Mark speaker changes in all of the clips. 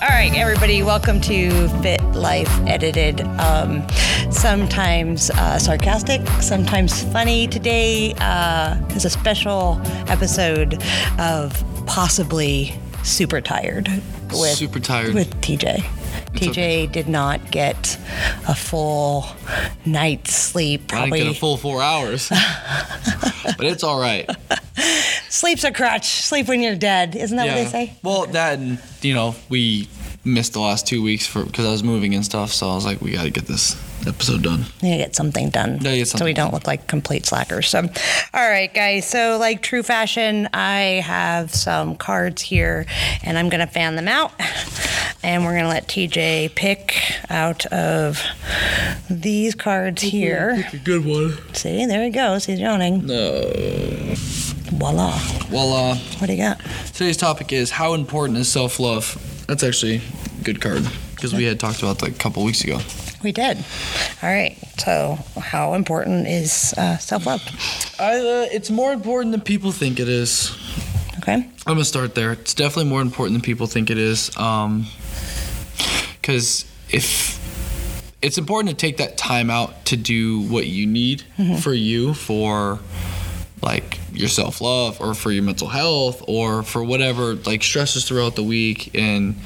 Speaker 1: All right, everybody, welcome to Fit Life Edited. Um, sometimes uh, sarcastic, sometimes funny. Today uh, is a special episode of possibly super tired with
Speaker 2: Super tired.
Speaker 1: with TJ. TJ
Speaker 2: okay.
Speaker 1: did not get a full night's sleep.
Speaker 2: I didn't
Speaker 1: Probably
Speaker 2: get a full four hours, but it's all right.
Speaker 1: sleep's a crutch. Sleep when you're dead. Isn't that what they say?
Speaker 2: Well, that and, you know we missed the last two weeks for because I was moving and stuff, so I was like, we got to get this episode done.
Speaker 1: need to get something done
Speaker 2: Yeah, get
Speaker 1: so we
Speaker 2: something
Speaker 1: don't look like complete slackers so all right guys so like true fashion i have some cards here and i'm gonna fan them out and we're gonna let tj pick out of these cards here
Speaker 2: A good one.
Speaker 1: see there he goes he's yawning
Speaker 2: No.
Speaker 1: voila
Speaker 2: Well, uh,
Speaker 1: what do you got
Speaker 2: today's topic is how important is self love. That's actually a good card because we had talked about that a couple weeks ago.
Speaker 1: we did all right so how important is uh, self-love
Speaker 2: I, uh, it's more important than people think it is.
Speaker 1: okay
Speaker 2: I'm gonna start there. It's definitely more important than people think it is. Um 'cause because if it's important to take that time out to do what you need for you, for like your self love, or for your mental health, or for whatever like stresses throughout the week, and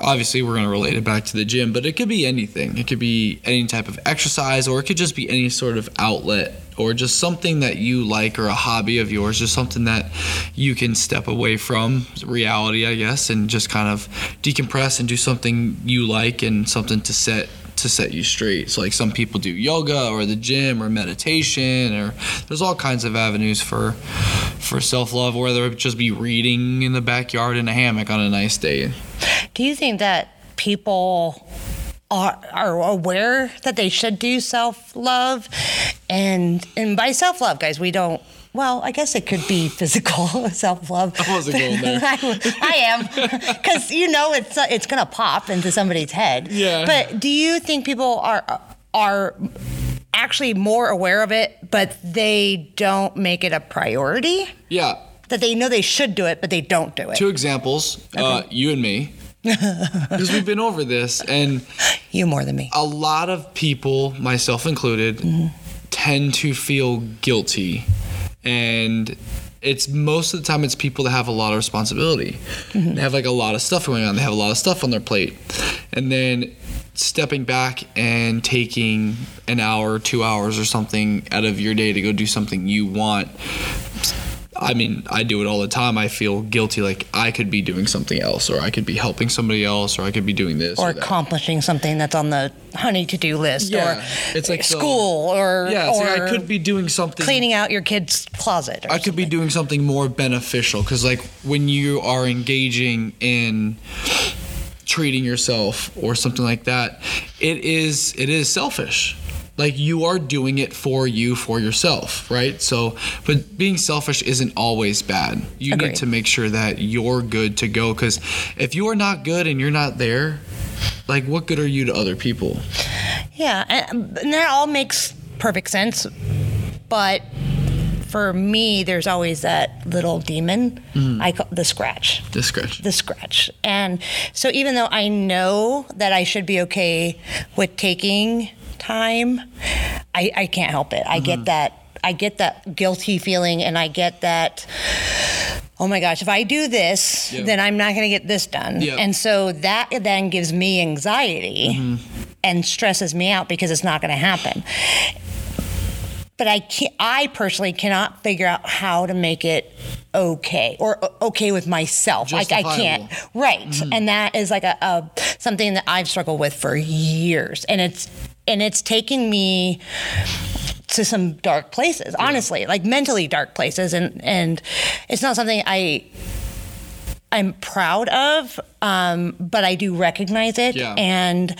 Speaker 2: obviously we're gonna relate it back to the gym, but it could be anything. It could be any type of exercise, or it could just be any sort of outlet or just something that you like or a hobby of yours, just something that you can step away from reality, I guess, and just kind of decompress and do something you like and something to set to set you straight. So like some people do yoga or the gym or meditation or there's all kinds of avenues for for self-love whether it just be reading in the backyard in a hammock on a nice day.
Speaker 1: Do you think that people are are aware that they should do self love, and and by self love, guys, we don't. Well, I guess it could be physical self love.
Speaker 2: I wasn't going there.
Speaker 1: I, I am, because you know it's it's gonna pop into somebody's head.
Speaker 2: Yeah.
Speaker 1: But do you think people are are actually more aware of it, but they don't make it a priority?
Speaker 2: Yeah,
Speaker 1: That they know they should do it, but they don't do it.
Speaker 2: two examples uh, you and me because we've been over this and
Speaker 1: you more than me. Mm-hmm.
Speaker 2: a lot of people myself included tend to feel guilty and it's most of the time it's people that have a lot of responsibility
Speaker 1: Mm-hmm.
Speaker 2: they have like a lot of stuff going on they have a lot of stuff on their plate and then stepping back and taking an hour two hours or something out of your day to go do something you want I mean, I do it all the time. I feel guilty, like I could be doing something else, or I could be helping somebody else, or I could be doing this
Speaker 1: or
Speaker 2: or that.
Speaker 1: accomplishing something that's on the honey to do list,
Speaker 2: Yeah,
Speaker 1: or
Speaker 2: it's like the-
Speaker 1: school, or
Speaker 2: Yeah, it's
Speaker 1: or
Speaker 2: like I could be doing something.
Speaker 1: cleaning out your kid's closet. Or
Speaker 2: I could be doing something more beneficial because, like, when you are engaging in treating yourself or something like that, it is it is selfish. Like you are doing it for you, for yourself, right? So, but being selfish isn't always bad. You
Speaker 1: Agreed.
Speaker 2: need to make sure that you're good to go because if you are not good and you're not there, like what good are you to other people?
Speaker 1: yeah, and, and that all makes perfect sense, but for me, there's always that little demon.
Speaker 2: Mm-hmm.
Speaker 1: I call the scratch.
Speaker 2: This scratch.
Speaker 1: the scratch. And so even though I know that I should be okay with taking time, I, I can't help it. I
Speaker 2: Mm-hmm.
Speaker 1: get that I get that guilty feeling and I get that oh my gosh, if I do this,
Speaker 2: Yeah.
Speaker 1: then I'm not gonna get this done.
Speaker 2: Yeah. Mm-hmm.
Speaker 1: And so that then gives me anxiety and stresses me out because it's not gonna happen. But I can't, I personally cannot figure out how to make it okay or o- okay with myself. I, I can't. Right. And that is like a, a something that I've struggled with for years. And it's and it's taken me to some dark places, honestly, like mentally dark places and and it's not something I I'm proud of, um, but I do recognize it
Speaker 2: Yeah.
Speaker 1: and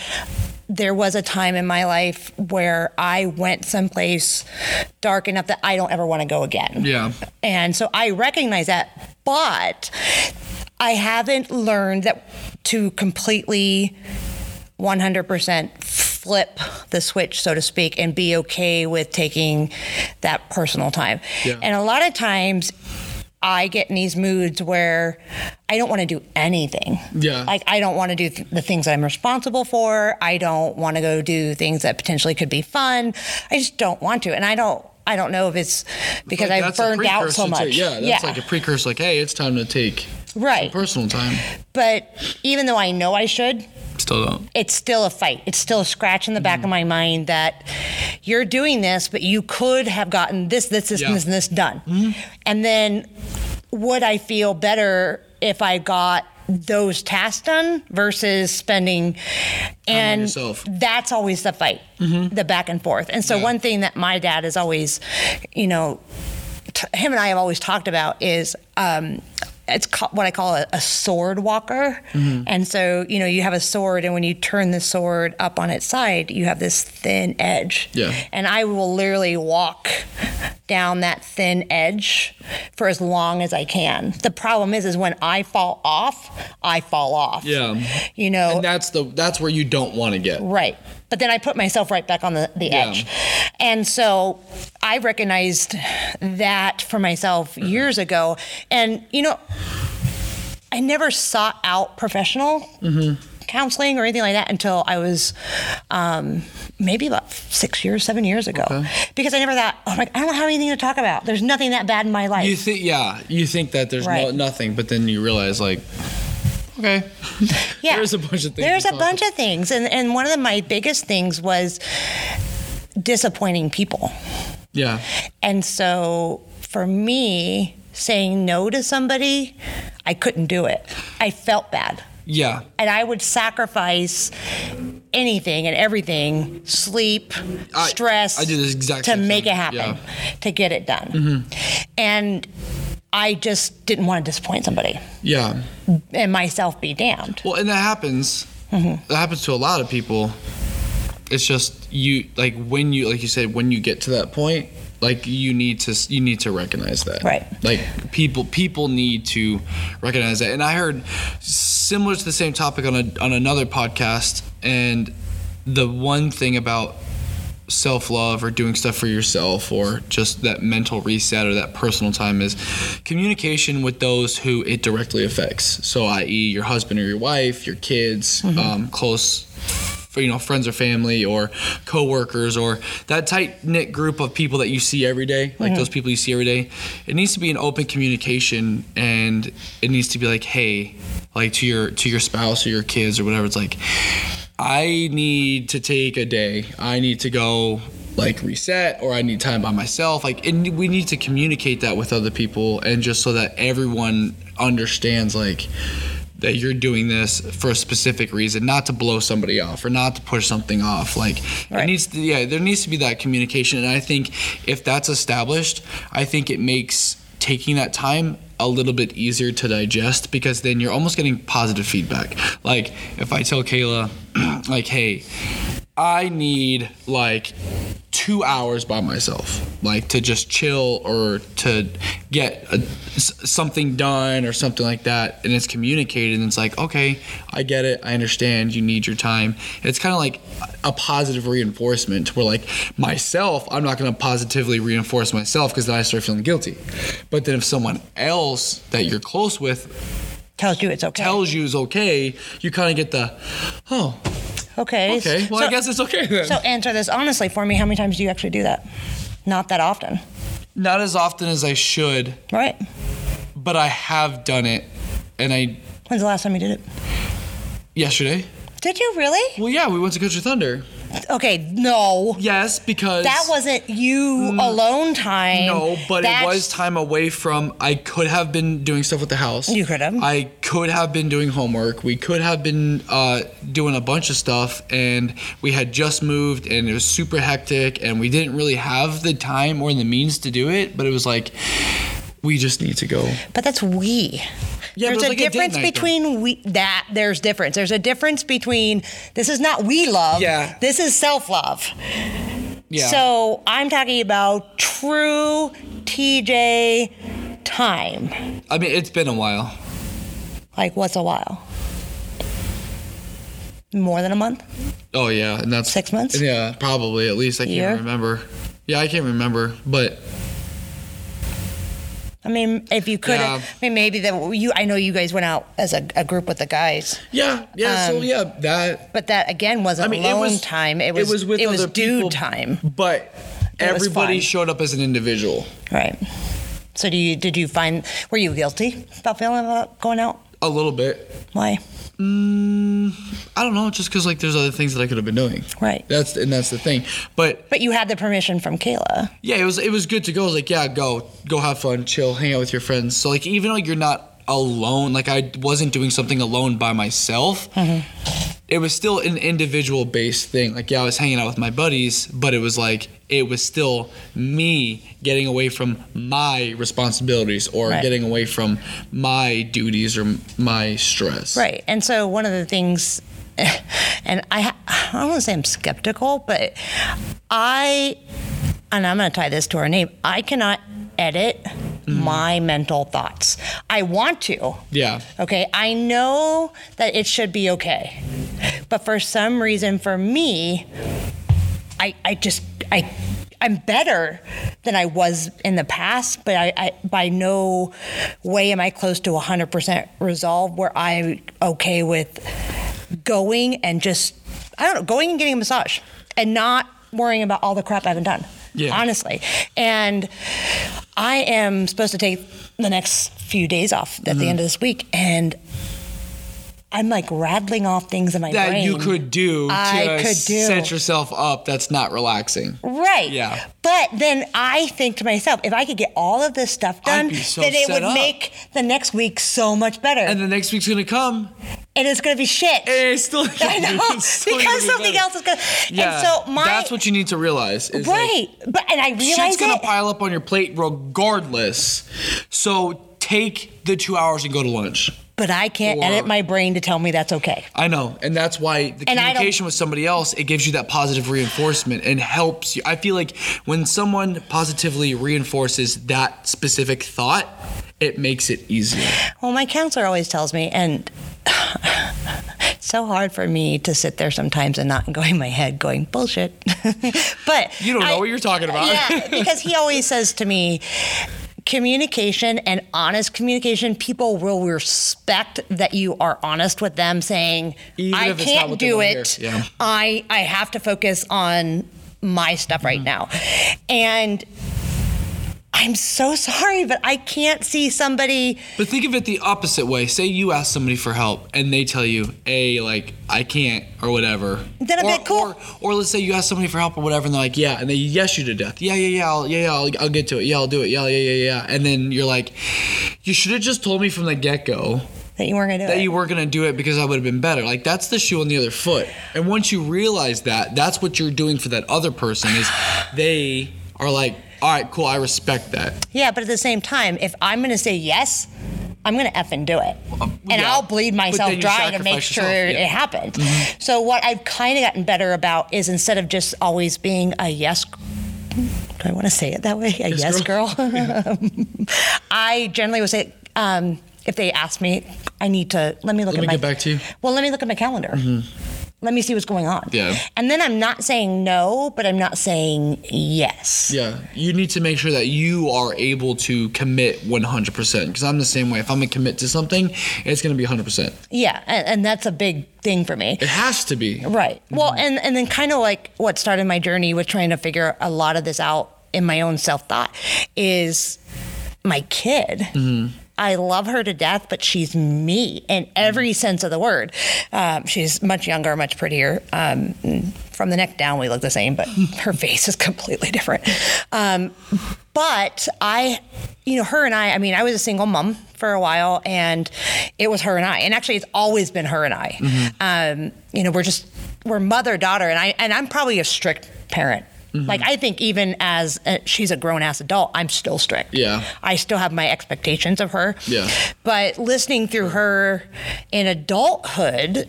Speaker 1: there was a time in my life where I went someplace dark enough that I don't ever want to go again.
Speaker 2: Yeah.
Speaker 1: And so I recognize that, but I haven't learned that to completely 100% flip the switch, so to speak, and be okay with taking that personal time.
Speaker 2: Yeah.
Speaker 1: And a lot of times, I get in these moods where I don't want to do anything.
Speaker 2: Yeah.
Speaker 1: Like I don't want to do th- the things that I'm responsible for. I don't want to go do things that potentially could be fun. I just don't want to, and I don't. I don't know if it's because
Speaker 2: Like,
Speaker 1: I've
Speaker 2: that's a
Speaker 1: burned out so
Speaker 2: precursor
Speaker 1: much.
Speaker 2: to- yeah, that's like a precursor. Like, hey, it's time to take
Speaker 1: right.
Speaker 2: personal time.
Speaker 1: But even though I know I should,
Speaker 2: Still don't.
Speaker 1: it's still a fight. It's still a scratch in the
Speaker 2: Mm.
Speaker 1: back of my mind that you're doing this, but you could have gotten this, this, this,
Speaker 2: Yeah. Mm-hmm.
Speaker 1: and this, and this done. And then would I feel better if I got those tasks done versus spending and
Speaker 2: yourself. Mm-hmm.
Speaker 1: that's always the fight the back and forth and so
Speaker 2: Yeah.
Speaker 1: one thing that my dad is always you know t- him and I have always talked about is um, it's ca- what I call a, a sword walker.
Speaker 2: Mm-hmm.
Speaker 1: And so, you know, you have a sword, and when you turn the sword up on its side, you have this thin edge.
Speaker 2: Yeah.
Speaker 1: And I will literally walk down that thin edge for as long as I can. The problem is, is when I fall off, I fall off.
Speaker 2: Yeah.
Speaker 1: You know,
Speaker 2: And that's the that's where you don't want to get.
Speaker 1: Right. But then I put myself right back on the, the
Speaker 2: Yeah.
Speaker 1: edge. And so I recognized that for myself
Speaker 2: Mm-hmm.
Speaker 1: years ago. And, you know, I never sought out professional
Speaker 2: Mm-hmm.
Speaker 1: counseling or anything like that until I was um, maybe about six years, seven years ago. Because I never thought, oh my, I don't have anything to talk about. There's nothing that bad in my life.
Speaker 2: You think yeah, you think that there's no,
Speaker 1: Right.
Speaker 2: nothing, but then you realize like, okay,
Speaker 1: yeah.
Speaker 2: There's a bunch of things
Speaker 1: There's
Speaker 2: to
Speaker 1: a
Speaker 2: talk
Speaker 1: bunch of things, and and one of the, my biggest things was disappointing people,
Speaker 2: yeah,
Speaker 1: and so for me, saying no to somebody, I couldn't do it. I felt bad.
Speaker 2: yeah,
Speaker 1: And I would sacrifice anything and everything, sleep,
Speaker 2: I-
Speaker 1: stress,
Speaker 2: I do the exact
Speaker 1: to
Speaker 2: same
Speaker 1: make
Speaker 2: thing,
Speaker 1: it happen,
Speaker 2: yeah. Mm-hmm.
Speaker 1: to get it done. And I just didn't want to disappoint somebody
Speaker 2: yeah.
Speaker 1: and myself be damned. Mm-hmm,
Speaker 2: Well, and that happens. That happens to a lot of people. It's just you like when you like you said when you get to that point, like you need to you need to recognize that.
Speaker 1: Right.
Speaker 2: Like people people need to recognize that. And I heard similar to the same topic on a, on another podcast and the one thing about self love or doing stuff for yourself or just that mental reset or that personal time is communication with those who it directly affects. So, i.e., your husband or your wife, your kids, um, close. You know, friends or family or coworkers or that tight knit group of people that you see every day, like those people you see every day. It needs to be an open communication, and it needs to be like, hey, like to your to your spouse or your kids or whatever. It's like, I need to take a day. I need to go like reset or I need time by myself. Like and we need to communicate that with other people and just so that everyone understands like that you're doing this for a specific reason, not to blow somebody off or not to push something off. Like it
Speaker 1: Right.
Speaker 2: needs to yeah, there needs to be that communication and I think if that's established, I think it makes taking that time a little bit easier to digest because then you're almost getting positive feedback. Like if I tell Kayla, like, hey, I need like two hours by myself, like to just chill or to get a, s- something done or something like that. And it's communicated, and it's like, okay, I get it, I understand, you need your time. It's kind of like a positive reinforcement where, like, myself, I'm not gonna positively reinforce myself because then I start feeling guilty. But then if someone else that you're close with
Speaker 1: Tells you it's okay.
Speaker 2: tells you is okay, you kind of get the, oh,
Speaker 1: okay.
Speaker 2: okay, well, I
Speaker 1: So-
Speaker 2: guess it's okay then.
Speaker 1: So answer this honestly for me. How many times do you actually do that? Not that often,
Speaker 2: not as often as I should,
Speaker 1: right?
Speaker 2: but I have done it. And I
Speaker 1: When's the last time you did it?
Speaker 2: yesterday.
Speaker 1: Did you really?
Speaker 2: Well, yeah, we went to Country Thunder.
Speaker 1: Okay, no.
Speaker 2: Yes, because
Speaker 1: That wasn't you alone time.
Speaker 2: no, but
Speaker 1: That's-
Speaker 2: it was time away from. I could have been doing stuff with the house.
Speaker 1: You could have.
Speaker 2: I could have been doing homework. We could have been uh, doing a bunch of stuff, and we had just moved, and it was super hectic, and we didn't really have the time or the means to do it. But it was like. We just need to go.
Speaker 1: But that's we.
Speaker 2: Yeah,
Speaker 1: there's a
Speaker 2: but it was like a date
Speaker 1: difference
Speaker 2: night, though.
Speaker 1: between we that there's difference. There's a difference between this is not we love.
Speaker 2: Yeah.
Speaker 1: This is self love.
Speaker 2: Yeah.
Speaker 1: So I'm talking about true TJ time.
Speaker 2: I mean, it's been a while.
Speaker 1: Like what's a while? More than a month?
Speaker 2: Oh yeah, and that's
Speaker 1: Six months?
Speaker 2: Yeah, probably at least I can't
Speaker 1: Year?
Speaker 2: remember. Yeah, I can't remember, but
Speaker 1: I mean, if you could,
Speaker 2: Yeah.
Speaker 1: I mean, maybe that you. I know you guys went out as a, a group with the guys,
Speaker 2: Yeah, yeah. so
Speaker 1: Um,
Speaker 2: yeah, that.
Speaker 1: but that again wasn't
Speaker 2: I mean,
Speaker 1: alone
Speaker 2: it was
Speaker 1: time. It was
Speaker 2: with
Speaker 1: it
Speaker 2: other
Speaker 1: was dude
Speaker 2: people,
Speaker 1: time,
Speaker 2: but
Speaker 1: It was
Speaker 2: everybody
Speaker 1: fun.
Speaker 2: showed up as an individual.
Speaker 1: right? So do you did you find were you guilty about feeling about going out?
Speaker 2: A little bit.
Speaker 1: Why?
Speaker 2: Mm, I don't know, just because like there's other things that I could have been doing.
Speaker 1: Right.
Speaker 2: That's and that's the thing. But
Speaker 1: But you had the permission from Kayla.
Speaker 2: yeah, it was it was good to go. I was like, yeah, go go have fun, chill, hang out with your friends. So like even though you're not alone, like I wasn't doing something alone by myself. It was still an individual based thing. Like yeah, I was hanging out with my buddies, but it was like it was still me getting away from my responsibilities or
Speaker 1: Right.
Speaker 2: getting away from my duties or my stress.
Speaker 1: Right. And so one of the things, and I, I don't want to say I'm skeptical, but I, and I'm going to tie this to our name, I cannot edit
Speaker 2: Mm.
Speaker 1: my mental thoughts. I want to.
Speaker 2: Yeah.
Speaker 1: Okay. I know that it should be okay. But for some reason, for me, I, I just, I, I'm better than I was in the past, but I, I by no way am I close to 100% resolve where I'm okay with going and just, I don't know, going and getting a massage and not worrying about all the crap I haven't done.
Speaker 2: Yeah.
Speaker 1: Honestly. And I am supposed to take the next few days off at
Speaker 2: Mm-hmm.
Speaker 1: the end of this week. And I'm like rattling off things in my
Speaker 2: that
Speaker 1: brain.
Speaker 2: you could do to
Speaker 1: I could do.
Speaker 2: set yourself up that's not relaxing.
Speaker 1: Right.
Speaker 2: Yeah.
Speaker 1: But then I think to myself, if I could get all of this stuff
Speaker 2: I'd
Speaker 1: done,
Speaker 2: be so
Speaker 1: then it
Speaker 2: set
Speaker 1: would
Speaker 2: up.
Speaker 1: make the next week so much better.
Speaker 2: And
Speaker 1: And,
Speaker 2: the next week's gonna come
Speaker 1: it's going to be shit.
Speaker 2: and it's still
Speaker 1: I know.
Speaker 2: it's still gonna
Speaker 1: because
Speaker 2: be
Speaker 1: something
Speaker 2: better.
Speaker 1: else is going to.
Speaker 2: Yeah,
Speaker 1: And so my.
Speaker 2: that's what you need to realize. Is like,
Speaker 1: Right. but, and I
Speaker 2: shit's
Speaker 1: realized
Speaker 2: gonna
Speaker 1: it.
Speaker 2: pile up on your plate regardless. So take the two hours and go to lunch.
Speaker 1: But I can't
Speaker 2: Or-
Speaker 1: edit my brain to tell me that's okay.
Speaker 2: I know, and that's why the
Speaker 1: And I don't-
Speaker 2: communication with somebody else it gives you that positive reinforcement and helps you. I feel like when someone positively reinforces that specific thought, it makes it easier.
Speaker 1: Well, my counselor always tells me, and it's so hard for me to sit there sometimes and not go in my head going bullshit. but
Speaker 2: You don't know
Speaker 1: I-
Speaker 2: what you're talking about.
Speaker 1: Yeah, because he always says to me, communication and honest communication, people will respect that you are honest with them, saying,
Speaker 2: Even
Speaker 1: I
Speaker 2: if it's not
Speaker 1: can't
Speaker 2: what they
Speaker 1: do
Speaker 2: wanna hear."
Speaker 1: it.
Speaker 2: Yeah.
Speaker 1: I I have to focus on my stuff
Speaker 2: Mm-hmm.
Speaker 1: right now. And I'm so sorry, but I can't see somebody
Speaker 2: But think of it the opposite way. Say you ask somebody for help and they tell you, "Hey, like I can't" or whatever.
Speaker 1: Then I'd
Speaker 2: or,
Speaker 1: be like, cool.
Speaker 2: Or, or let's say you ask somebody for help or whatever, and they're like, "Yeah," and they yes you to death. Yeah, yeah, yeah, I'll, yeah, yeah, I'll, I'll get to it. Yeah, I'll do it. Yeah, yeah, yeah, yeah. And then you're like, "You should have just told me from the get go
Speaker 1: that you weren't gonna do
Speaker 2: that
Speaker 1: it.
Speaker 2: you weren't gonna do it because I would have been better." Like that's the shoe on the other foot. And once you realize that, that's what you're doing for that other person is they are like, "All right, cool, I respect that."
Speaker 1: Yeah, but at the same time, if I'm going to say yes, I'm going to effing do it. and
Speaker 2: Uh, yeah.
Speaker 1: I'll bleed
Speaker 2: But
Speaker 1: myself
Speaker 2: then you
Speaker 1: dry to make
Speaker 2: sacrifice
Speaker 1: sure
Speaker 2: yourself, yeah. Mm-hmm.
Speaker 1: it happened. So, what I've kind of gotten better about is instead of just always being a yes, do I want to say it that way? A yes, girl?
Speaker 2: girl.
Speaker 1: I generally would say, um, if they ask me, I need to let me look
Speaker 2: Let
Speaker 1: at
Speaker 2: me
Speaker 1: my.
Speaker 2: get back to you. Mm-hmm.
Speaker 1: Well, let me look at my calendar. Let me see what's going on.
Speaker 2: Yeah.
Speaker 1: And then I'm not saying no, but I'm not saying yes.
Speaker 2: Yeah, you need to make sure that you are able to commit 100% because I'm the same way. If I'm going to commit to something, it's going to be 100%.
Speaker 1: Yeah, and, and that's a big thing for me.
Speaker 2: It has to be.
Speaker 1: Right. Well, and and then kind of like what started my journey with trying to figure a lot of this out in my own self thought is my kid. I love her to death, but she's me in every sense of the word. Um, she's much younger, much prettier. Um, from the neck down, we look the same, but her face is completely different. Um, but I, you know, her and I, I mean, I was a single mom for a while and it was her and I. And actually, it's always been her and I. Um, you know, we're just, we're mother daughter. And, I, and I'm probably a strict parent. Like, I think even as uh she's a grown ass adult, I'm still strict.
Speaker 2: Yeah.
Speaker 1: I still have my expectations of her.
Speaker 2: Yeah.
Speaker 1: But listening through her in adulthood,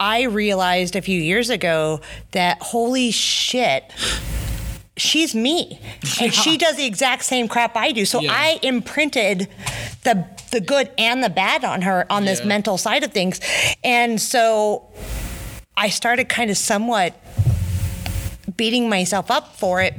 Speaker 1: I realized a few years ago that holy shit, she's me. And she does the exact same crap I do. So
Speaker 2: Yeah.
Speaker 1: I imprinted the the good and the bad on her on this
Speaker 2: Yeah.
Speaker 1: mental side of things. And so I started kind of somewhat beating myself up for it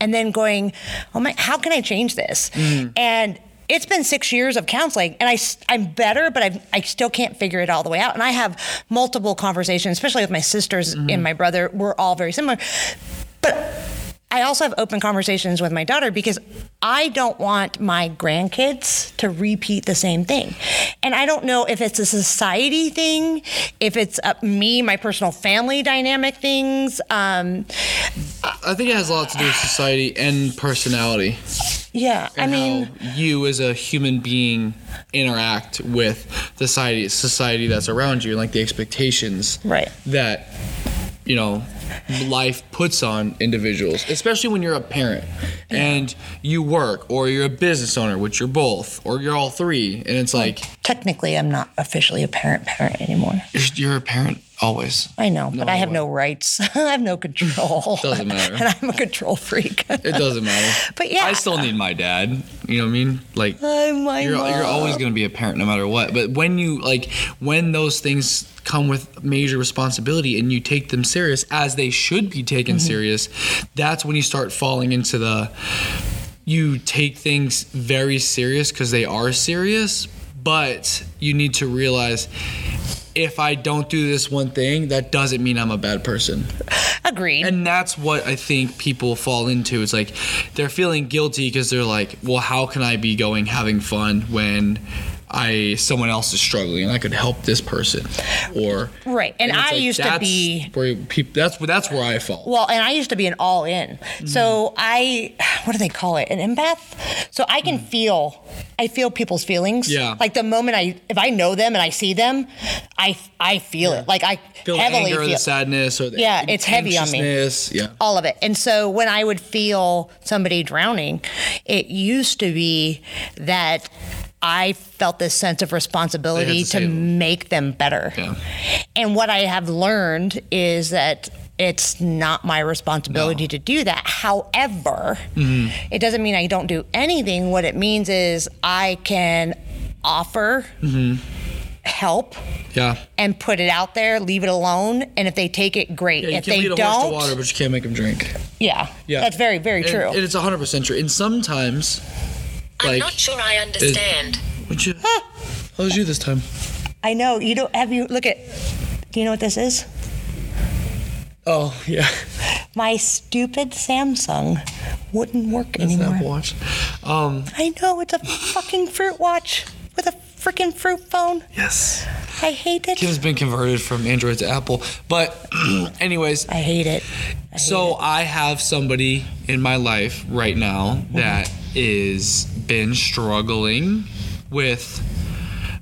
Speaker 1: and then going, oh my, how can I change this? And it's been six years of counseling and I, s- I'm better, but I've, I still can't figure it all the way out. And I have multiple conversations, especially with my sisters and my brother. We're all very similar. But I also have open conversations with my daughter because I don't want my grandkids to repeat the same thing. And I don't know if it's a society thing, if it's uh me, my personal family dynamic things. Um,
Speaker 2: I think it has a lot to do with society and personality.
Speaker 1: yeah, I
Speaker 2: and
Speaker 1: mean.
Speaker 2: how you as a human being interact with the society society that's around you, like the expectations
Speaker 1: Right.
Speaker 2: that you know life puts on individuals, especially when you're a parent and you work or you're a business owner, which you're both, or you're all three, and it's like
Speaker 1: Technically, I'm not officially a parent parent anymore.
Speaker 2: you're a parent always.
Speaker 1: I know, but I have
Speaker 2: what?
Speaker 1: no rights. I have no control.
Speaker 2: Doesn't matter.
Speaker 1: and I'm a control freak.
Speaker 2: It doesn't matter.
Speaker 1: But yeah.
Speaker 2: I still need my dad. You know what I mean? Like
Speaker 1: I'm Uh, my
Speaker 2: you're,
Speaker 1: mom.
Speaker 2: you're always going to be a parent no matter what but when you like when those things come with major responsibility and you take them serious as they should be taken
Speaker 1: Mm-hmm.
Speaker 2: serious that's when you start falling into the you take things very serious because they are serious but you need to realize if i don't do this one thing that doesn't mean i'm a bad person
Speaker 1: Agreed.
Speaker 2: and that's what I think people fall into. It's like they're feeling guilty because they're like, well, how can I be going having fun when I someone else is struggling and I could help this person, or
Speaker 1: Right. And
Speaker 2: it's
Speaker 1: I used to
Speaker 2: that's
Speaker 1: be-
Speaker 2: where peop that's where that's where I fall.
Speaker 1: well, and I used to be an all in. So I, what do they call it? An empath? So I can feel, I feel people's feelings.
Speaker 2: Hmm. Yeah.
Speaker 1: Like the moment I, if I know them and I see them, I, I feel it. Like I
Speaker 2: Feel the
Speaker 1: heavily
Speaker 2: anger or the
Speaker 1: feel
Speaker 2: sadness or the
Speaker 1: Yeah, it's heavy on me.
Speaker 2: anxiousness. Yeah,
Speaker 1: all of it. And so when I would feel somebody drowning, it used to be that I felt this sense of
Speaker 2: They
Speaker 1: responsibility
Speaker 2: had to
Speaker 1: to,
Speaker 2: save 'em.
Speaker 1: make them better.
Speaker 2: Yeah.
Speaker 1: And what I have learned is that it's not my responsibility to do that. However,
Speaker 2: Mm-hmm.
Speaker 1: it doesn't mean I don't do anything. What it means is I can offer
Speaker 2: Mm-hmm.
Speaker 1: help
Speaker 2: yeah.
Speaker 1: and put it out there, leave it alone, and if they take it, great.
Speaker 2: Yeah, you
Speaker 1: if
Speaker 2: can
Speaker 1: they
Speaker 2: lead a
Speaker 1: don't,
Speaker 2: horse to water, but you can't make him drink.
Speaker 1: yeah.
Speaker 2: Yeah,
Speaker 1: That's very, very
Speaker 2: And-
Speaker 1: true.
Speaker 2: And it's hundred percent true. And sometimes,
Speaker 3: I'm
Speaker 2: like,
Speaker 3: not sure I understand.
Speaker 2: would you? How was you this time?
Speaker 1: I know. You don't have you look at do you know what this is?
Speaker 2: Oh yeah.
Speaker 1: My stupid Samsung wouldn't work
Speaker 2: Snap
Speaker 1: anymore.
Speaker 2: watch. Um,
Speaker 1: I know it's a fucking fruit watch with a freaking fruit phone.
Speaker 2: yes.
Speaker 1: I hate it.
Speaker 2: Kim's been converted from Android to Apple. But, anyways,
Speaker 1: I hate it.
Speaker 2: so I have somebody in my life right now
Speaker 1: Mm-hmm.
Speaker 2: that is been struggling with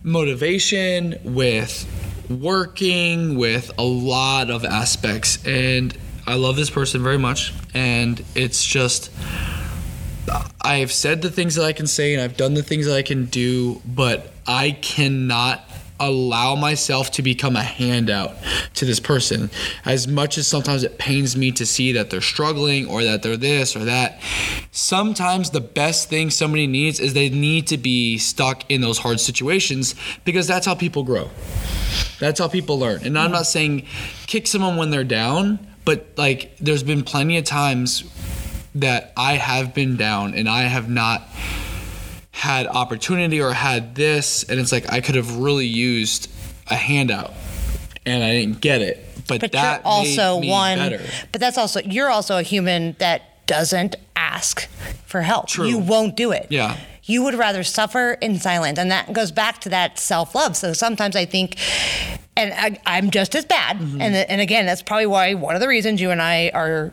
Speaker 2: motivation, with working, with a lot of aspects. And I love this person very much. And it's just, I have said the things that I can say and I've done the things that I can do, but I cannot allow myself to become a handout to this person. As much as sometimes it pains me to see that they're struggling or that they're this or that, sometimes the best thing somebody needs is they need to be stuck in those hard situations because that's how people grow. That's how people learn. And I'm not saying kick someone when they're down, but like there's been plenty of times that I have been down and I have not had opportunity or had this and it's like I could have really used a handout and I didn't get it. But,
Speaker 1: But
Speaker 2: that
Speaker 1: you're also
Speaker 2: made me
Speaker 1: one
Speaker 2: better.
Speaker 1: but that's also you're also a human that doesn't ask for help.
Speaker 2: True.
Speaker 1: You won't do it.
Speaker 2: Yeah.
Speaker 1: You would rather suffer in silence. And that goes back to that self love. So sometimes I think, and I, I'm just as bad.
Speaker 2: Mm-hmm.
Speaker 1: And, and again, that's probably why one of the reasons you and I are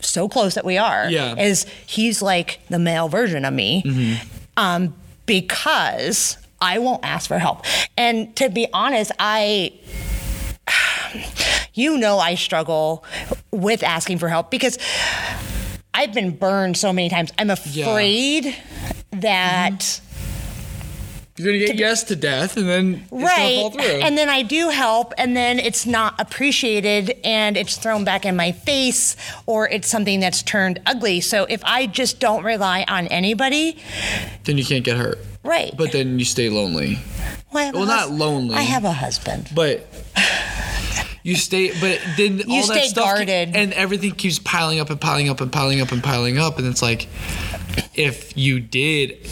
Speaker 1: so close that we are
Speaker 2: Yeah. Mm-hmm.
Speaker 1: is he's like the male version of me um, because I won't ask for help. And to be honest, I you know I struggle with asking for help because I've been burned so many times. I'm afraid that
Speaker 2: Mm-hmm. You're gonna get yes to death and then it's gonna
Speaker 1: right
Speaker 2: fall through.
Speaker 1: and then I do help and then it's not appreciated and it's thrown back in my face or it's something that's turned ugly. So if I just don't rely on anybody,
Speaker 2: then you can't get hurt.
Speaker 1: right.
Speaker 2: But then you stay lonely.
Speaker 1: well, I have a
Speaker 2: well, not
Speaker 1: hus-
Speaker 2: lonely.
Speaker 1: I have a husband.
Speaker 2: But you stay, but then all that
Speaker 1: stay
Speaker 2: stuff ke-
Speaker 1: guarded.
Speaker 2: and everything keeps piling up and piling up and piling up and piling up, and it's like if you did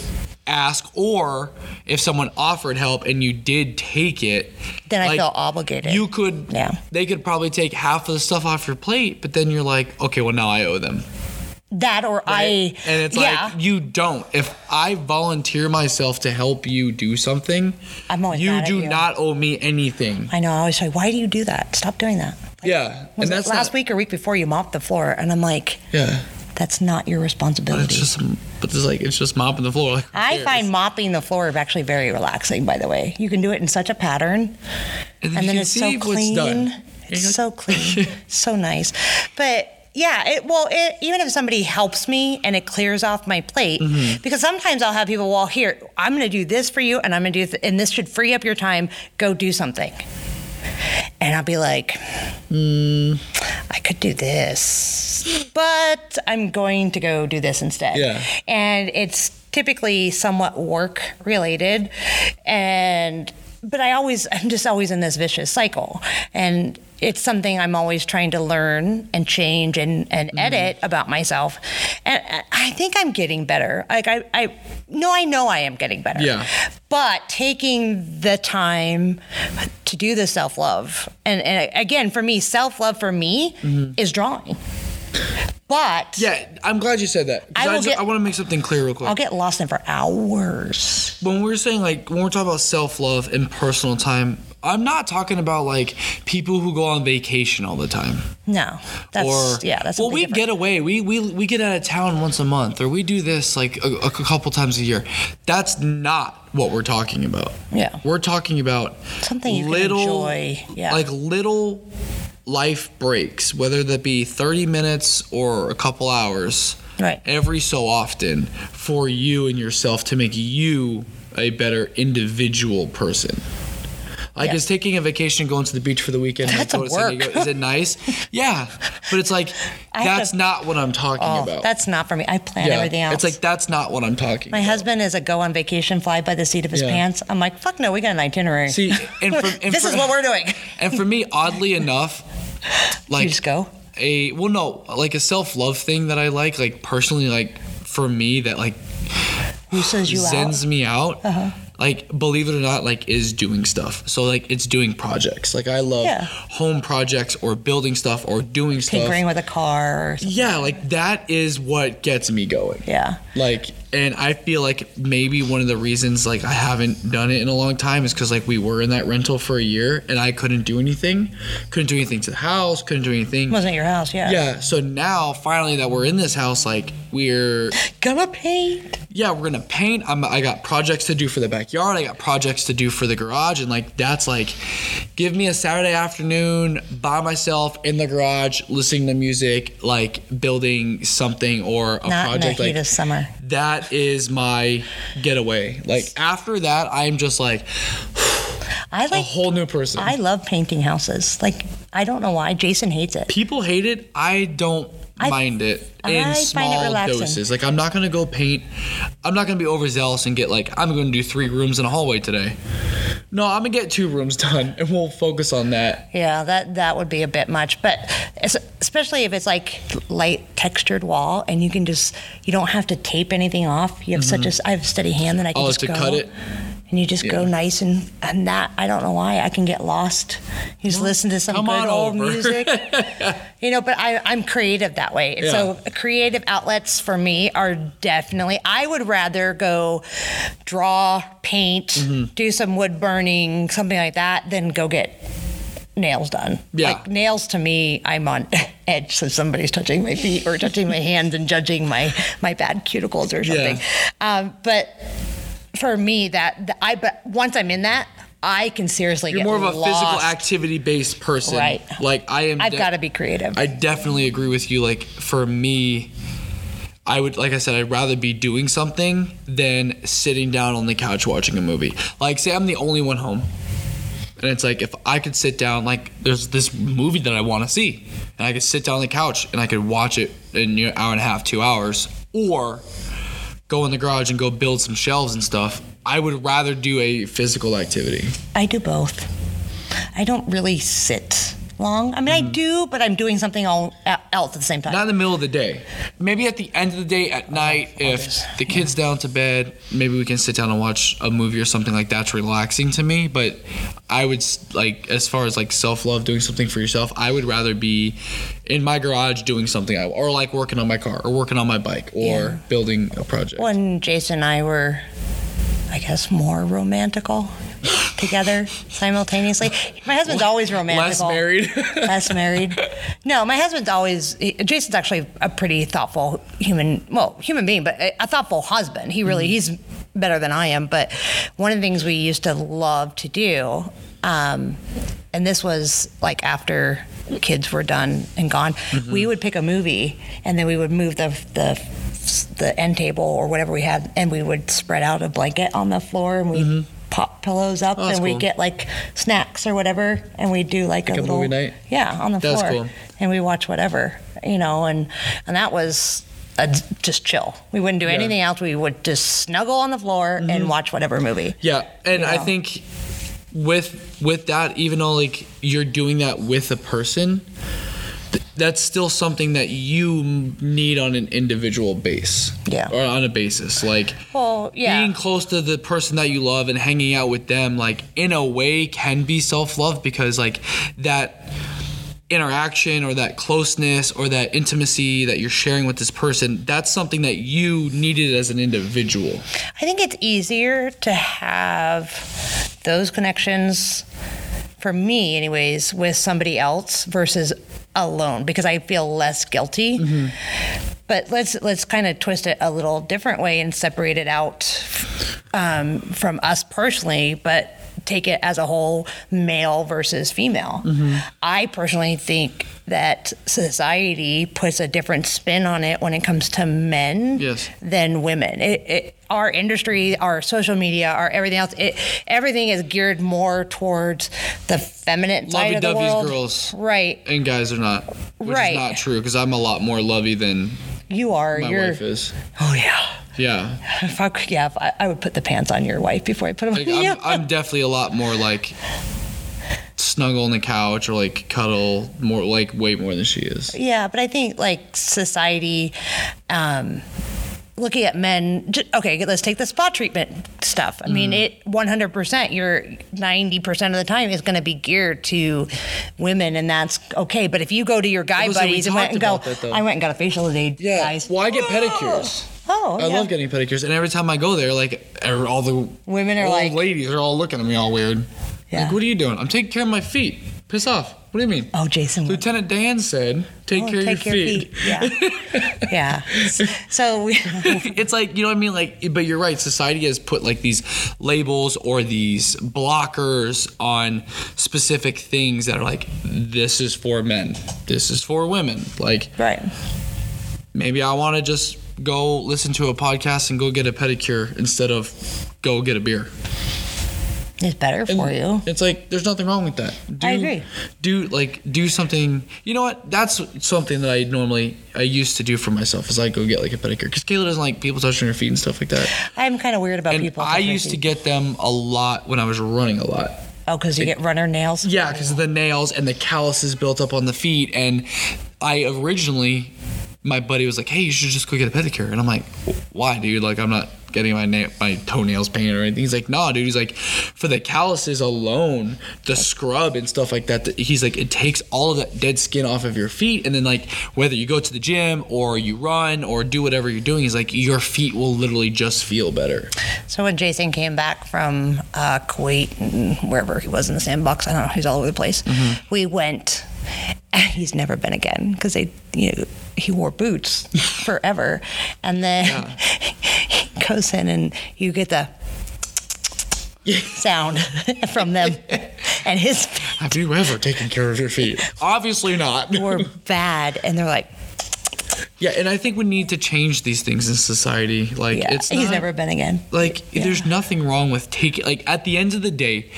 Speaker 2: ask or if someone offered help and you did take it
Speaker 1: Then I
Speaker 2: like,
Speaker 1: feel obligated.
Speaker 2: you could
Speaker 1: Yeah.
Speaker 2: they could probably take half of the stuff off your plate but then you're like okay well now i owe them
Speaker 1: that or I.
Speaker 2: right? and it's
Speaker 1: yeah,
Speaker 2: like you don't if i volunteer myself to help you do something
Speaker 1: I'm always
Speaker 2: you
Speaker 1: mad at
Speaker 2: do
Speaker 1: you.
Speaker 2: not owe me anything
Speaker 1: I know. I always say, why do you do that? Stop doing that.
Speaker 2: yeah
Speaker 1: Was
Speaker 2: and
Speaker 1: it
Speaker 2: that's
Speaker 1: last
Speaker 2: not,
Speaker 1: week or week before you mopped the floor, and I'm like,
Speaker 2: yeah
Speaker 1: that's not your responsibility.
Speaker 2: it's just but it's like it's just mopping the floor like, who
Speaker 1: I
Speaker 2: cares?
Speaker 1: find mopping the floor actually very relaxing. By the way, you can do it in such a pattern,
Speaker 2: and
Speaker 1: and
Speaker 2: you
Speaker 1: then
Speaker 2: can
Speaker 1: it's
Speaker 2: see
Speaker 1: so
Speaker 2: what's
Speaker 1: clean.
Speaker 2: done.
Speaker 1: It's
Speaker 2: You're
Speaker 1: so
Speaker 2: like-
Speaker 1: clean, so nice. But yeah, it, well, it, even if somebody helps me and it clears off my plate,
Speaker 2: Mm-hmm.
Speaker 1: because sometimes I'll have people, well, here, I'm going to do this for you, and I'm going to do, th- and this should free up your time. Go do something. And I'll be like, I could do this, but I'm going to go do this instead.
Speaker 2: Yeah.
Speaker 1: And it's typically somewhat work related. And, but I always, I'm just always in this vicious cycle. And it's something I'm always trying to learn and change and, and edit about myself. And I- I think I'm getting better. Like, I, I, no, I know I am getting better.
Speaker 2: Yeah.
Speaker 1: But taking the time to do the self love, and, and again, for me, self love for me is drawing. But
Speaker 2: Mm-hmm. yeah i'm glad you said that 'cause
Speaker 1: I will
Speaker 2: i,
Speaker 1: get-
Speaker 2: want to make something clear real quick
Speaker 1: I'll get lost in it for hours.
Speaker 2: when we're saying like when we're talking about self-love and personal time i'm not talking about like people who go on vacation all the time
Speaker 1: No, that's
Speaker 2: or
Speaker 1: yeah, that's
Speaker 2: well
Speaker 1: something
Speaker 2: we
Speaker 1: different.
Speaker 2: get away we, we we get out of town once a month or we do this like a, a couple times a year that's not what we're talking about
Speaker 1: Yeah.
Speaker 2: we're talking about
Speaker 1: Something you can enjoy, yeah.
Speaker 2: like little life breaks whether that be 30 minutes or a couple hours
Speaker 1: Right.
Speaker 2: every so often for you and yourself to make you a better individual person. Like,
Speaker 1: Yeah.
Speaker 2: is taking a vacation, going to the beach for the weekend,
Speaker 1: That's a
Speaker 2: like, go to San
Speaker 1: work.
Speaker 2: Diego, is it nice? yeah, but it's like
Speaker 1: I have
Speaker 2: that's
Speaker 1: to-
Speaker 2: not what I'm talking
Speaker 1: Oh,
Speaker 2: about.
Speaker 1: that's not for me. I plan
Speaker 2: Yeah.
Speaker 1: everything else.
Speaker 2: It's like that's not what I'm talking.
Speaker 1: my
Speaker 2: about.
Speaker 1: husband is a go on vacation, fly by the seat of his
Speaker 2: Yeah.
Speaker 1: pants. I'm like, fuck no, we got an itinerary.
Speaker 2: See, and for, and
Speaker 1: this
Speaker 2: for-
Speaker 1: is what we're doing.
Speaker 2: And for me, oddly enough, like
Speaker 1: just go?
Speaker 2: a well, no, like a self love thing that I like, like personally, like for me, that like
Speaker 1: Who says you
Speaker 2: zens
Speaker 1: out? Uh-huh.
Speaker 2: me out. Like believe it or not, like is doing stuff. So like it's doing projects. Like I love
Speaker 1: Yeah.
Speaker 2: home projects or building stuff or doing
Speaker 1: Tinkering
Speaker 2: stuff.
Speaker 1: with a car. Or something.
Speaker 2: Yeah, like that is what gets me going.
Speaker 1: Yeah.
Speaker 2: Like, and I feel like maybe one of the reasons like I haven't done it in a long time is because like we were in that rental for a year and I couldn't do anything, couldn't do anything to the house, couldn't do anything.
Speaker 1: Wasn't at your house, yeah.
Speaker 2: Yeah. So now finally that we're in this house, like we're
Speaker 1: Gonna paint.
Speaker 2: yeah, we're gonna paint. I'm, I got projects to do for the backyard. I got projects to do for the garage, and like that's like, give me a Saturday afternoon by myself in the garage, listening to music, like building something or
Speaker 1: Not
Speaker 2: a
Speaker 1: in the
Speaker 2: project.
Speaker 1: heat
Speaker 2: like
Speaker 1: of summer.
Speaker 2: that is my getaway. Like after that, I'm just like
Speaker 1: I
Speaker 2: a
Speaker 1: like
Speaker 2: whole new person.
Speaker 1: I love painting houses. Like I don't know why Jason hates it.
Speaker 2: People hate it. I don't
Speaker 1: I-
Speaker 2: mind it
Speaker 1: I
Speaker 2: in
Speaker 1: find it
Speaker 2: small
Speaker 1: relaxing.
Speaker 2: doses. Like I'm not gonna go paint. I'm not gonna be overzealous and get like I'm gonna do three rooms and a hallway today. No, I'm gonna get two rooms done and we'll focus on that.
Speaker 1: Yeah, that that would be a bit much, but es- especially if it's like light textured wall and you can just you don't have to tape anything off. You have such a s- I have a steady hand that I can
Speaker 2: Mm-hmm. Oh,
Speaker 1: just
Speaker 2: to
Speaker 1: go,
Speaker 2: cut it?
Speaker 1: and you just go
Speaker 2: Yeah.
Speaker 1: nice and and that I don't know why I can get lost. You just listen to some
Speaker 2: come
Speaker 1: good
Speaker 2: on
Speaker 1: old
Speaker 2: over.
Speaker 1: music. you know, but I I'm creative that way. And So creative outlets for me are definitely I would rather go draw, paint,
Speaker 2: Mm-hmm.
Speaker 1: do some wood burning, something like that than go get nails done.
Speaker 2: Yeah.
Speaker 1: Like nails to me, I'm on edge so somebody's touching my feet or touching my hands and judging my my bad cuticles or something. Um, but for me, that the, I but once I'm in that, I can seriously
Speaker 2: You're
Speaker 1: get
Speaker 2: more of a physical
Speaker 1: lost.
Speaker 2: activity based person.
Speaker 1: Right.
Speaker 2: Like I am.
Speaker 1: I've
Speaker 2: de-
Speaker 1: got to be creative.
Speaker 2: I definitely agree with you. Like for me, I would like I said, I'd rather be doing something than sitting down on the couch watching a movie. Like say I'm the only one home. And it's like if I could sit down, like there's this movie that I want to see, and I could sit down on the couch and I could watch it in you know, hour and a half, two hours, or go in the garage and go build some shelves and stuff. I would rather do a physical activity.
Speaker 1: I do both. I don't really sit long. I mean, I do, but I'm doing something all, else at the same time.
Speaker 2: Mm. Not in the middle of the day. Maybe at the end of the day, at night, if the kid's down to bed, maybe we can sit down and watch a movie or something like that's relaxing to me. But I would s- like, as far as like self love, doing something for yourself, I would rather be in my garage doing something, I, or like working on my car, or working on my bike, or
Speaker 1: Yeah.
Speaker 2: building a project.
Speaker 1: when Jason and I were, I guess, more romantical together simultaneously. My husband's always
Speaker 2: Less
Speaker 1: romantical.
Speaker 2: married.
Speaker 1: Less married. No, my husband's always. he- Jason's actually a pretty thoughtful human. Well, human being, but a a thoughtful husband. He
Speaker 2: Mm-hmm.
Speaker 1: really he's better than I am. But one of the things we used to love to do, um, and this was like after kids were done and gone,
Speaker 2: Mm-hmm.
Speaker 1: we would pick a movie and then we would move the the the end table or whatever we had, and we would spread out a blanket on the floor and we. would Pop pillows up,
Speaker 2: Mm-hmm. Oh, that's
Speaker 1: and we
Speaker 2: cool.
Speaker 1: get like snacks or whatever, and we do like,
Speaker 2: a
Speaker 1: little
Speaker 2: movie night?
Speaker 1: Yeah, on the
Speaker 2: That's
Speaker 1: floor,
Speaker 2: cool.
Speaker 1: and we watch whatever, you know, and and that was a, just chill. We wouldn't do anything else. We would just snuggle on the floor
Speaker 2: Mm-hmm.
Speaker 1: and watch whatever movie.
Speaker 2: Yeah, and I
Speaker 1: Yeah.
Speaker 2: think with with that, even though like you're doing that with a person, th- that's still something that you m- need on an individual base.
Speaker 1: Yeah.
Speaker 2: Or on a basis, like
Speaker 1: Well, yeah.
Speaker 2: being close to the person that you love and hanging out with them, like in a way, can be self love because like that interaction or that closeness or that intimacy that you're sharing with this person that's something that you needed as an individual
Speaker 1: I think it's easier to have those connections for me anyways with somebody else versus alone because I feel less guilty. But let's let's kind of twist it a little different way and separate it out um, from us personally, but take it as a whole male versus female.
Speaker 2: Mm-hmm.
Speaker 1: I personally think that society puts a different spin on it when it comes to men
Speaker 2: Yes.
Speaker 1: than women. It, it, our industry, our social media, our everything else, it, everything is geared more towards the feminine side of the
Speaker 2: Lovey-dovey's
Speaker 1: world.
Speaker 2: girls.
Speaker 1: Right.
Speaker 2: and guys are not, which
Speaker 1: Right.
Speaker 2: is not true because I'm a lot more lovey than
Speaker 1: You are.
Speaker 2: my
Speaker 1: you're,
Speaker 2: wife is.
Speaker 1: Oh, yeah.
Speaker 2: Yeah,
Speaker 1: Fuck yeah. I, I would put the pants on your wife before I put them
Speaker 2: like,
Speaker 1: on you.
Speaker 2: I'm, I'm definitely a lot more like snuggle on the couch or like cuddle more, like way more than she is.
Speaker 1: Yeah, but I think like society, um, looking at men. j- Okay, let's take the spa treatment stuff. I mean,
Speaker 2: Mm.
Speaker 1: it 100%. You're 90% of the time is going to be geared to women, and that's okay. But if you go to your guy
Speaker 2: Well, listen, we
Speaker 1: buddies and went and go,
Speaker 2: talked about that, though.
Speaker 1: I went and got a facial today, guys.
Speaker 2: Well, I get
Speaker 1: Oh.
Speaker 2: pedicures.
Speaker 1: Oh,
Speaker 2: I
Speaker 1: yeah.
Speaker 2: love getting pedicures, and every time I go there, like er- all the
Speaker 1: Women are
Speaker 2: old
Speaker 1: like-
Speaker 2: ladies are all looking at me all weird.
Speaker 1: Yeah.
Speaker 2: Like, what are you doing? I'm taking care of my feet. Piss off. What do you mean?
Speaker 1: Oh, Jason. went-
Speaker 2: Lieutenant Dan said, "Take
Speaker 1: Oh,
Speaker 2: care
Speaker 1: take
Speaker 2: of your, feet.
Speaker 1: Yeah. yeah. So we.
Speaker 2: it's like you know what I mean. Like, but you're right. Society has put like these labels or these blockers on specific things that are like, this is for men, this is for women. Like,
Speaker 1: Right.
Speaker 2: maybe I want to just go listen to a podcast and go get a pedicure instead of go get a beer.
Speaker 1: It's better for you.
Speaker 2: It's like there's nothing wrong with that. Do,
Speaker 1: I agree.
Speaker 2: Do like do something. You know what? That's something that I normally I used to do for myself is I go get like a pedicure because Kayla doesn't like people touching her feet and stuff like that.
Speaker 1: I'm kind of weird about
Speaker 2: And
Speaker 1: people.
Speaker 2: I used to get them a lot when I was running a lot.
Speaker 1: Oh, because you get runner nails?
Speaker 2: Yeah, because of the nails and the calluses built up on the feet. And I originally, my buddy was like, "Hey, you should just go get a pedicure." And I'm like, "Why, dude? Like, I'm not getting my na- my toenails painted or anything." He's like, "Nah, dude." He's like, "For the calluses alone, the scrub and stuff like that." that- He's like, "It takes all of that dead skin off of your feet, and then like whether you go to the gym or you run or do whatever you're doing, he's like, your feet will literally just feel better."
Speaker 1: So when Jason came back from uh, Kuwait and wherever he was in the sandbox, I don't know, he's all over the place.
Speaker 2: Mm-hmm.
Speaker 1: We went. He's never been again because they, you know, he wore boots forever, and then he goes in and you get the sound from them, and his
Speaker 2: Have you ever taken care of your feet? Obviously not.
Speaker 1: were bad, and they're like,
Speaker 2: Yeah, and I think we need to change these things in society. Like
Speaker 1: yeah,
Speaker 2: it's
Speaker 1: he's
Speaker 2: not-
Speaker 1: never been again.
Speaker 2: like there's nothing wrong with taking like at the end of the day,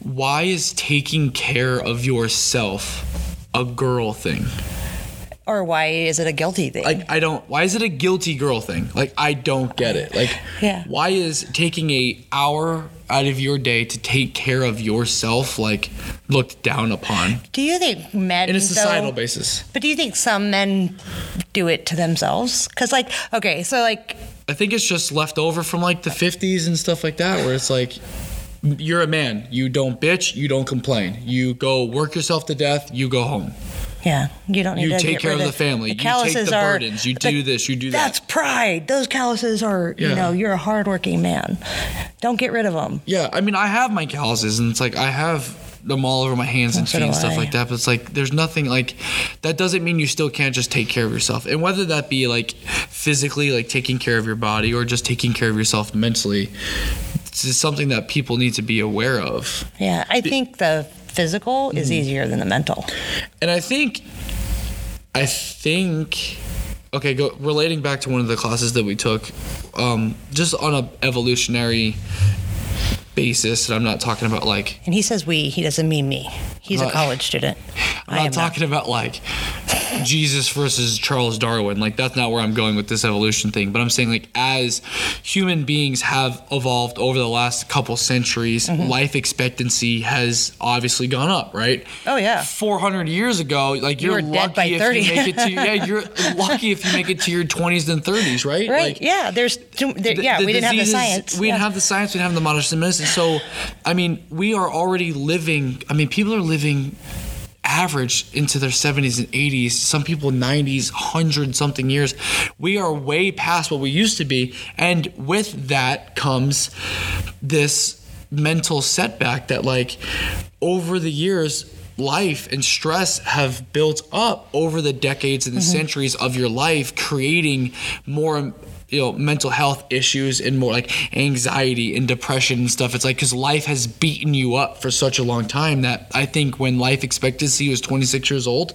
Speaker 2: why is taking care of yourself a girl thing?
Speaker 1: Or why is it a guilty thing?
Speaker 2: Like I don't why is it a guilty girl thing? Like I don't get it. Like
Speaker 1: Yeah.
Speaker 2: why is taking a hour out of your day to take care of yourself like looked down upon
Speaker 1: Do you think men
Speaker 2: in a societal
Speaker 1: though-
Speaker 2: basis.
Speaker 1: But do you think some men do it to themselves? Because, like, okay, so, like,
Speaker 2: I think it's just left over from like the 50s and stuff like that, where it's like, you're a man. You don't bitch. You don't complain. You go work yourself to death. You go home.
Speaker 1: yeah, you don't need
Speaker 2: You
Speaker 1: to
Speaker 2: take
Speaker 1: get
Speaker 2: care
Speaker 1: rid
Speaker 2: of the family. You take
Speaker 1: calluses
Speaker 2: the
Speaker 1: are-
Speaker 2: burdens. You do this, you do that.
Speaker 1: That's pride. Those calluses are, you
Speaker 2: Yeah.
Speaker 1: know, you're a hardworking man. Don't get rid of them.
Speaker 2: Yeah, I mean, I have my calluses, and it's like I have them all over my hands and
Speaker 1: So
Speaker 2: feet and
Speaker 1: do
Speaker 2: stuff
Speaker 1: I.
Speaker 2: like that. But it's like there's nothing like that doesn't mean you still can't just take care of yourself. And whether that be like physically, like taking care of your body, or just taking care of yourself mentally, it's just something that people need to be aware of.
Speaker 1: Yeah, I think the physical is
Speaker 2: Mm-hmm.
Speaker 1: easier than the mental.
Speaker 2: And I think, I think, okay, go, relating back to one of the classes that we took, um, just on a evolutionary basis, and I'm not talking about like
Speaker 1: And he says we, he doesn't mean me. He's a
Speaker 2: Right.
Speaker 1: college student.
Speaker 2: I'm
Speaker 1: I
Speaker 2: not
Speaker 1: am not.
Speaker 2: talking about like Jesus versus Charles Darwin. Like that's not where I'm going with this evolution thing. But I'm saying like as human beings have evolved over the last couple centuries,
Speaker 1: Mm-hmm.
Speaker 2: life expectancy has obviously gone up, right?
Speaker 1: Oh, yeah.
Speaker 2: 400 years ago, like
Speaker 1: You
Speaker 2: you're
Speaker 1: were
Speaker 2: lucky
Speaker 1: dead by
Speaker 2: if
Speaker 1: 30.
Speaker 2: you make it to yeah, you're lucky if you make it to your 20s and 30s, right?
Speaker 1: Right?
Speaker 2: Like,
Speaker 1: yeah, there's, too- there, yeah, we didn't have the
Speaker 2: diseases-
Speaker 1: science.
Speaker 2: We didn't
Speaker 1: yeah.
Speaker 2: have the science. We didn't have the modern medicine. So, I mean, we are already living. I mean, people are living average into their 70s and 80s. Some people 90s, 100 something years. We are way past what we used to be, and with that comes this mental setback that, like, over the years. Life and stress have built up over the decades and the
Speaker 1: Mm-hmm.
Speaker 2: centuries of your life, creating more you know mental health issues and more like anxiety and depression and stuff it's like because life has beaten you up for such a long time that i think when life expectancy was 26 years old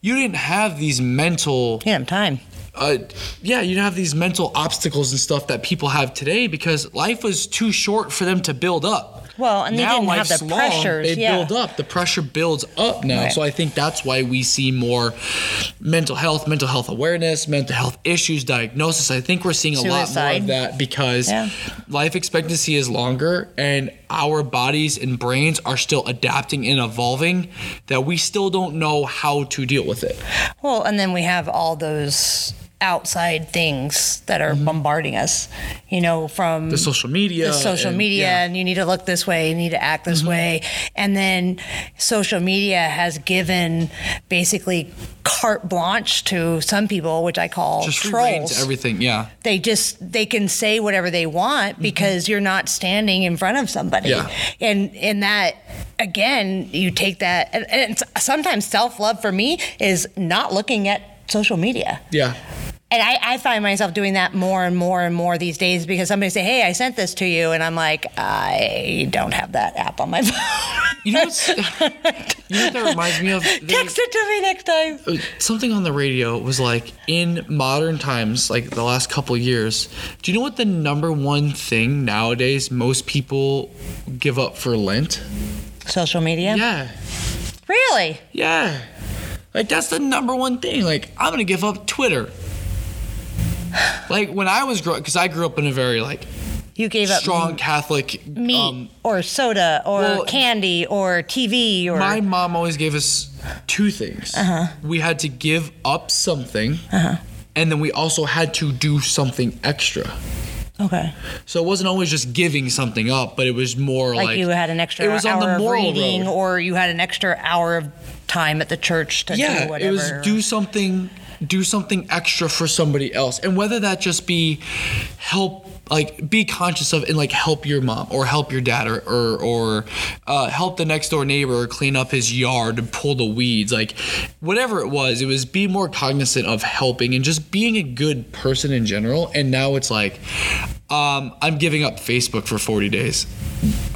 Speaker 2: you didn't have these mental
Speaker 1: Damn time.
Speaker 2: uh, yeah you didn't have these mental obstacles and stuff that people have today because life was too short for them to build up
Speaker 1: Well, and they didn't have
Speaker 2: life's
Speaker 1: the pressures,
Speaker 2: They
Speaker 1: yeah.
Speaker 2: build up. The pressure builds up now.
Speaker 1: Right.
Speaker 2: So I think that's why we see more mental health, mental health awareness, mental health issues, diagnosis. I think we're seeing a lot more
Speaker 1: Suicide.
Speaker 2: of that because
Speaker 1: Yeah.
Speaker 2: life expectancy is longer and our bodies and brains are still adapting and evolving that we still don't know how to deal with it.
Speaker 1: Well, and then we have all those outside things that are bombarding us, you know, from
Speaker 2: Mm-hmm. The social media.
Speaker 1: the social
Speaker 2: and-
Speaker 1: media
Speaker 2: yeah. Mm-hmm.
Speaker 1: and you need to look this way you need to act this way and then social media has given basically carte blanche to some people which i call
Speaker 2: Just free reign to
Speaker 1: trolls
Speaker 2: everything. Yeah.
Speaker 1: they just they can say whatever they want because you're not standing in front of somebody
Speaker 2: Mm-hmm. Yeah.
Speaker 1: and and that again you take that and, and it's- sometimes self-love for me is not looking at social media
Speaker 2: Yeah.
Speaker 1: and I, I find myself doing that more and more and more these days because somebody say, "Hey, I sent this to you," and I'm like, "I don't have that app on my phone."
Speaker 2: You know, what's, you know what that reminds me of? There's-
Speaker 1: Text it to me next time.
Speaker 2: something on the radio was like in modern times like the last couple years do you know what the number one thing nowadays most people give up for lent
Speaker 1: Social media.
Speaker 2: yeah
Speaker 1: Really?
Speaker 2: yeah like that's the number one thing like i'm gonna give up twitter like when i was growing because i grew up in a very like
Speaker 1: You gave up
Speaker 2: strong catholic
Speaker 1: meat
Speaker 2: um,
Speaker 1: or soda or
Speaker 2: well,
Speaker 1: candy or TV or
Speaker 2: My mom always gave us two things. We had to give up something, and then we also had to do something extra.
Speaker 1: okay.
Speaker 2: So it wasn't always just giving something up, but it was more like,
Speaker 1: Like, you had an extra
Speaker 2: It was
Speaker 1: hour
Speaker 2: on the moral
Speaker 1: of reading,
Speaker 2: road.
Speaker 1: or you had an extra hour of time at the church to do
Speaker 2: yeah,
Speaker 1: whatever.
Speaker 2: it was do something, do something extra for somebody else, and whether that just be help. Like be conscious of and like help your mom or help your dad or or, or uh, help the next door neighbor clean up his yard and pull the weeds like whatever it was it was be more cognizant of helping and just being a good person in general and now it's like um, I'm giving up Facebook for 40 days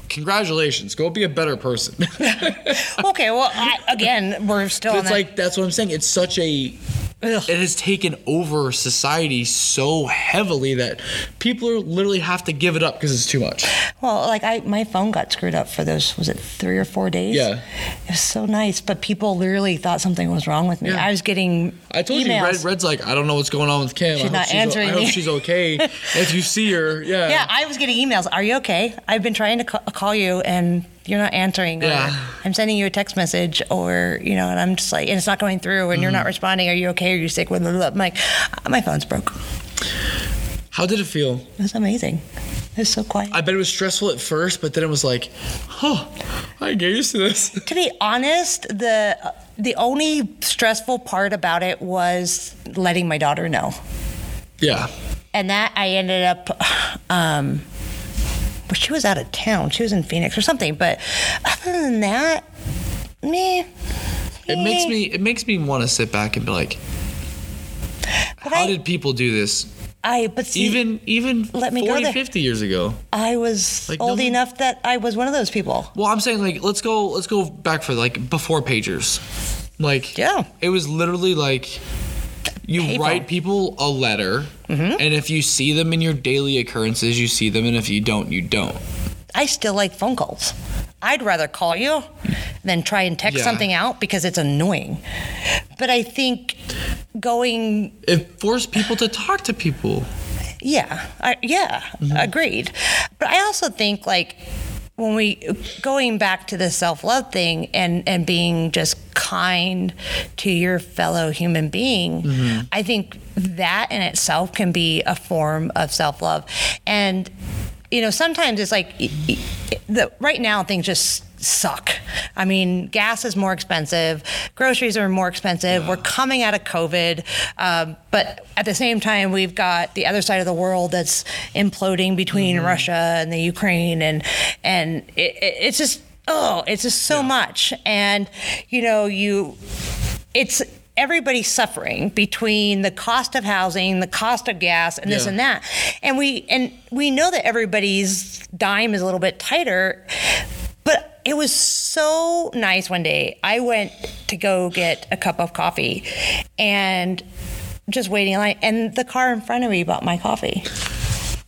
Speaker 2: congratulations go be a better person
Speaker 1: okay. Well, I, again, we're still.
Speaker 2: But
Speaker 1: on
Speaker 2: it's
Speaker 1: that-
Speaker 2: like that's what I'm saying. It's such a it has taken over society so heavily that people are literally have to give it up because it's too much.
Speaker 1: Well, like I, my phone got screwed up for those. Was it three or four days?
Speaker 2: Yeah.
Speaker 1: It was so nice, but people literally thought something was wrong with me.
Speaker 2: Yeah.
Speaker 1: I was getting.
Speaker 2: I told you,
Speaker 1: emails.
Speaker 2: Red, Red's like, I don't know what's going on with Kim. I hope
Speaker 1: not
Speaker 2: o-
Speaker 1: answering
Speaker 2: I hope
Speaker 1: me."
Speaker 2: she's okay. if you see her, yeah.
Speaker 1: Yeah, I was getting emails. Are you okay? I've been trying to ca- call you and you're not answering. or
Speaker 2: Yeah.
Speaker 1: I'm sending you a text message, or you know, and I'm just like, and it's not going through, and you're
Speaker 2: Mm-hmm.
Speaker 1: not responding. Are you okay? Are you sick? Blah, blah, blah. I'm like, "Uh, my phone's broke.
Speaker 2: How did it feel?
Speaker 1: It was amazing. It was so quiet.
Speaker 2: I bet it was stressful at first, but then it was like, oh, I get used to this.
Speaker 1: to be honest, the the only stressful part about it was letting my daughter know.
Speaker 2: Yeah.
Speaker 1: and that I ended up. Um, well, she was out of town. She was in Phoenix or something. But other than that, meh.
Speaker 2: It makes me it makes me want to sit back and be like,
Speaker 1: But
Speaker 2: how
Speaker 1: I,
Speaker 2: did people do this?
Speaker 1: I but see, even
Speaker 2: Even even
Speaker 1: let me go
Speaker 2: 40,
Speaker 1: there.
Speaker 2: 50 years ago.
Speaker 1: I was
Speaker 2: Like, no
Speaker 1: old
Speaker 2: one-
Speaker 1: enough that I was one of those people.
Speaker 2: Well, I'm saying like let's go let's go back for like before pagers. Like
Speaker 1: Yeah.
Speaker 2: It was literally like you
Speaker 1: Paper. Mm-hmm.
Speaker 2: write people a letter and if you see them in your daily occurrences, you see them and if you don't, you don't.
Speaker 1: I still like phone calls. I'd rather call you than try and text
Speaker 2: Yeah.
Speaker 1: something out because it's annoying. But I think going
Speaker 2: It forced people to talk to people.
Speaker 1: Yeah, I, yeah, agreed. But I also think like when we going back to the self love thing and and being just kind to your fellow human being, I think that in itself can be a form of self love, and you know sometimes it's like e- e- the right now things just suck. I mean, gas is more expensive, groceries are more expensive. We're coming out of COVID, um, but at the same time, we've got the other side of the world that's imploding between Russia and the Ukraine, and and it, it, it's just oh, it's just so much. And you know, you it's everybody's suffering between the cost of housing, the cost of gas, and this
Speaker 2: Yeah.
Speaker 1: and that. And we and we know that everybody's dime is a little bit tighter, but it was so nice one day. I went to go get a cup of coffee and just waiting in line and the car in front of me bought my coffee.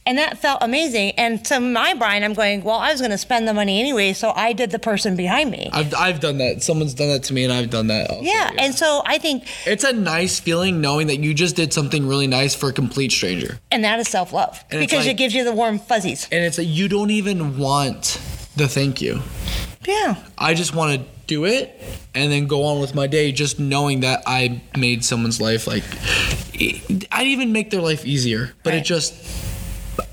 Speaker 1: And that felt amazing. And to my brain, I'm going, well, I was going to spend the money anyway, so I did the person behind me.
Speaker 2: I've I've done that. Someone's done that to me and I've done that. also,
Speaker 1: yeah. And so I think
Speaker 2: it's a nice feeling knowing that you just did something really nice for a complete stranger.
Speaker 1: And that is self love
Speaker 2: And it's
Speaker 1: because
Speaker 2: like-
Speaker 1: it gives you the warm fuzzies.
Speaker 2: and it's that you don't even want the thank you.
Speaker 1: Yeah.
Speaker 2: I just want to do it and then go on with my day, just knowing that I made someone's life like e, I'd even make their life easier, but it
Speaker 1: Right.
Speaker 2: just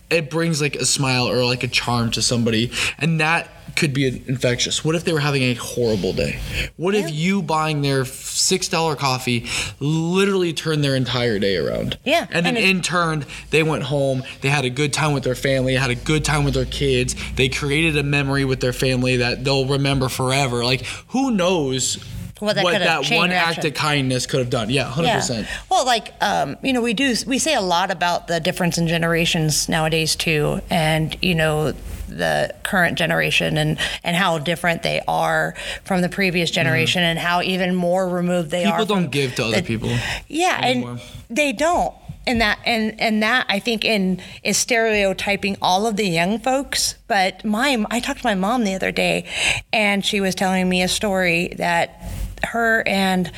Speaker 2: it brings like a smile or like a charm to somebody, and that could be infectious. What if they were having a horrible day? What if
Speaker 1: Yeah.
Speaker 2: you buying their six dollar coffee literally turned their entire day around?
Speaker 1: Yeah,
Speaker 2: and then
Speaker 1: and it-
Speaker 2: in turn they went home. They had a good time with their family, had a good time with their kids. They created a memory with their family that they'll remember forever. Like who knows
Speaker 1: What that
Speaker 2: what
Speaker 1: could've-
Speaker 2: that
Speaker 1: chain
Speaker 2: one act
Speaker 1: reaction.
Speaker 2: of kindness could have done? Yeah, hundred percent.
Speaker 1: Well, like um, you know, we do we say a lot about the difference in generations nowadays too, and you know the current generation and and how different they are from the previous generation and how even more removed they are.
Speaker 2: Mm. People
Speaker 1: from
Speaker 2: don't give to other
Speaker 1: the-
Speaker 2: people.
Speaker 1: Yeah,
Speaker 2: anymore.
Speaker 1: and they don't. And that and and that I think in is stereotyping all of the young folks. But my I talked to my mom the other day, and she was telling me a story that her and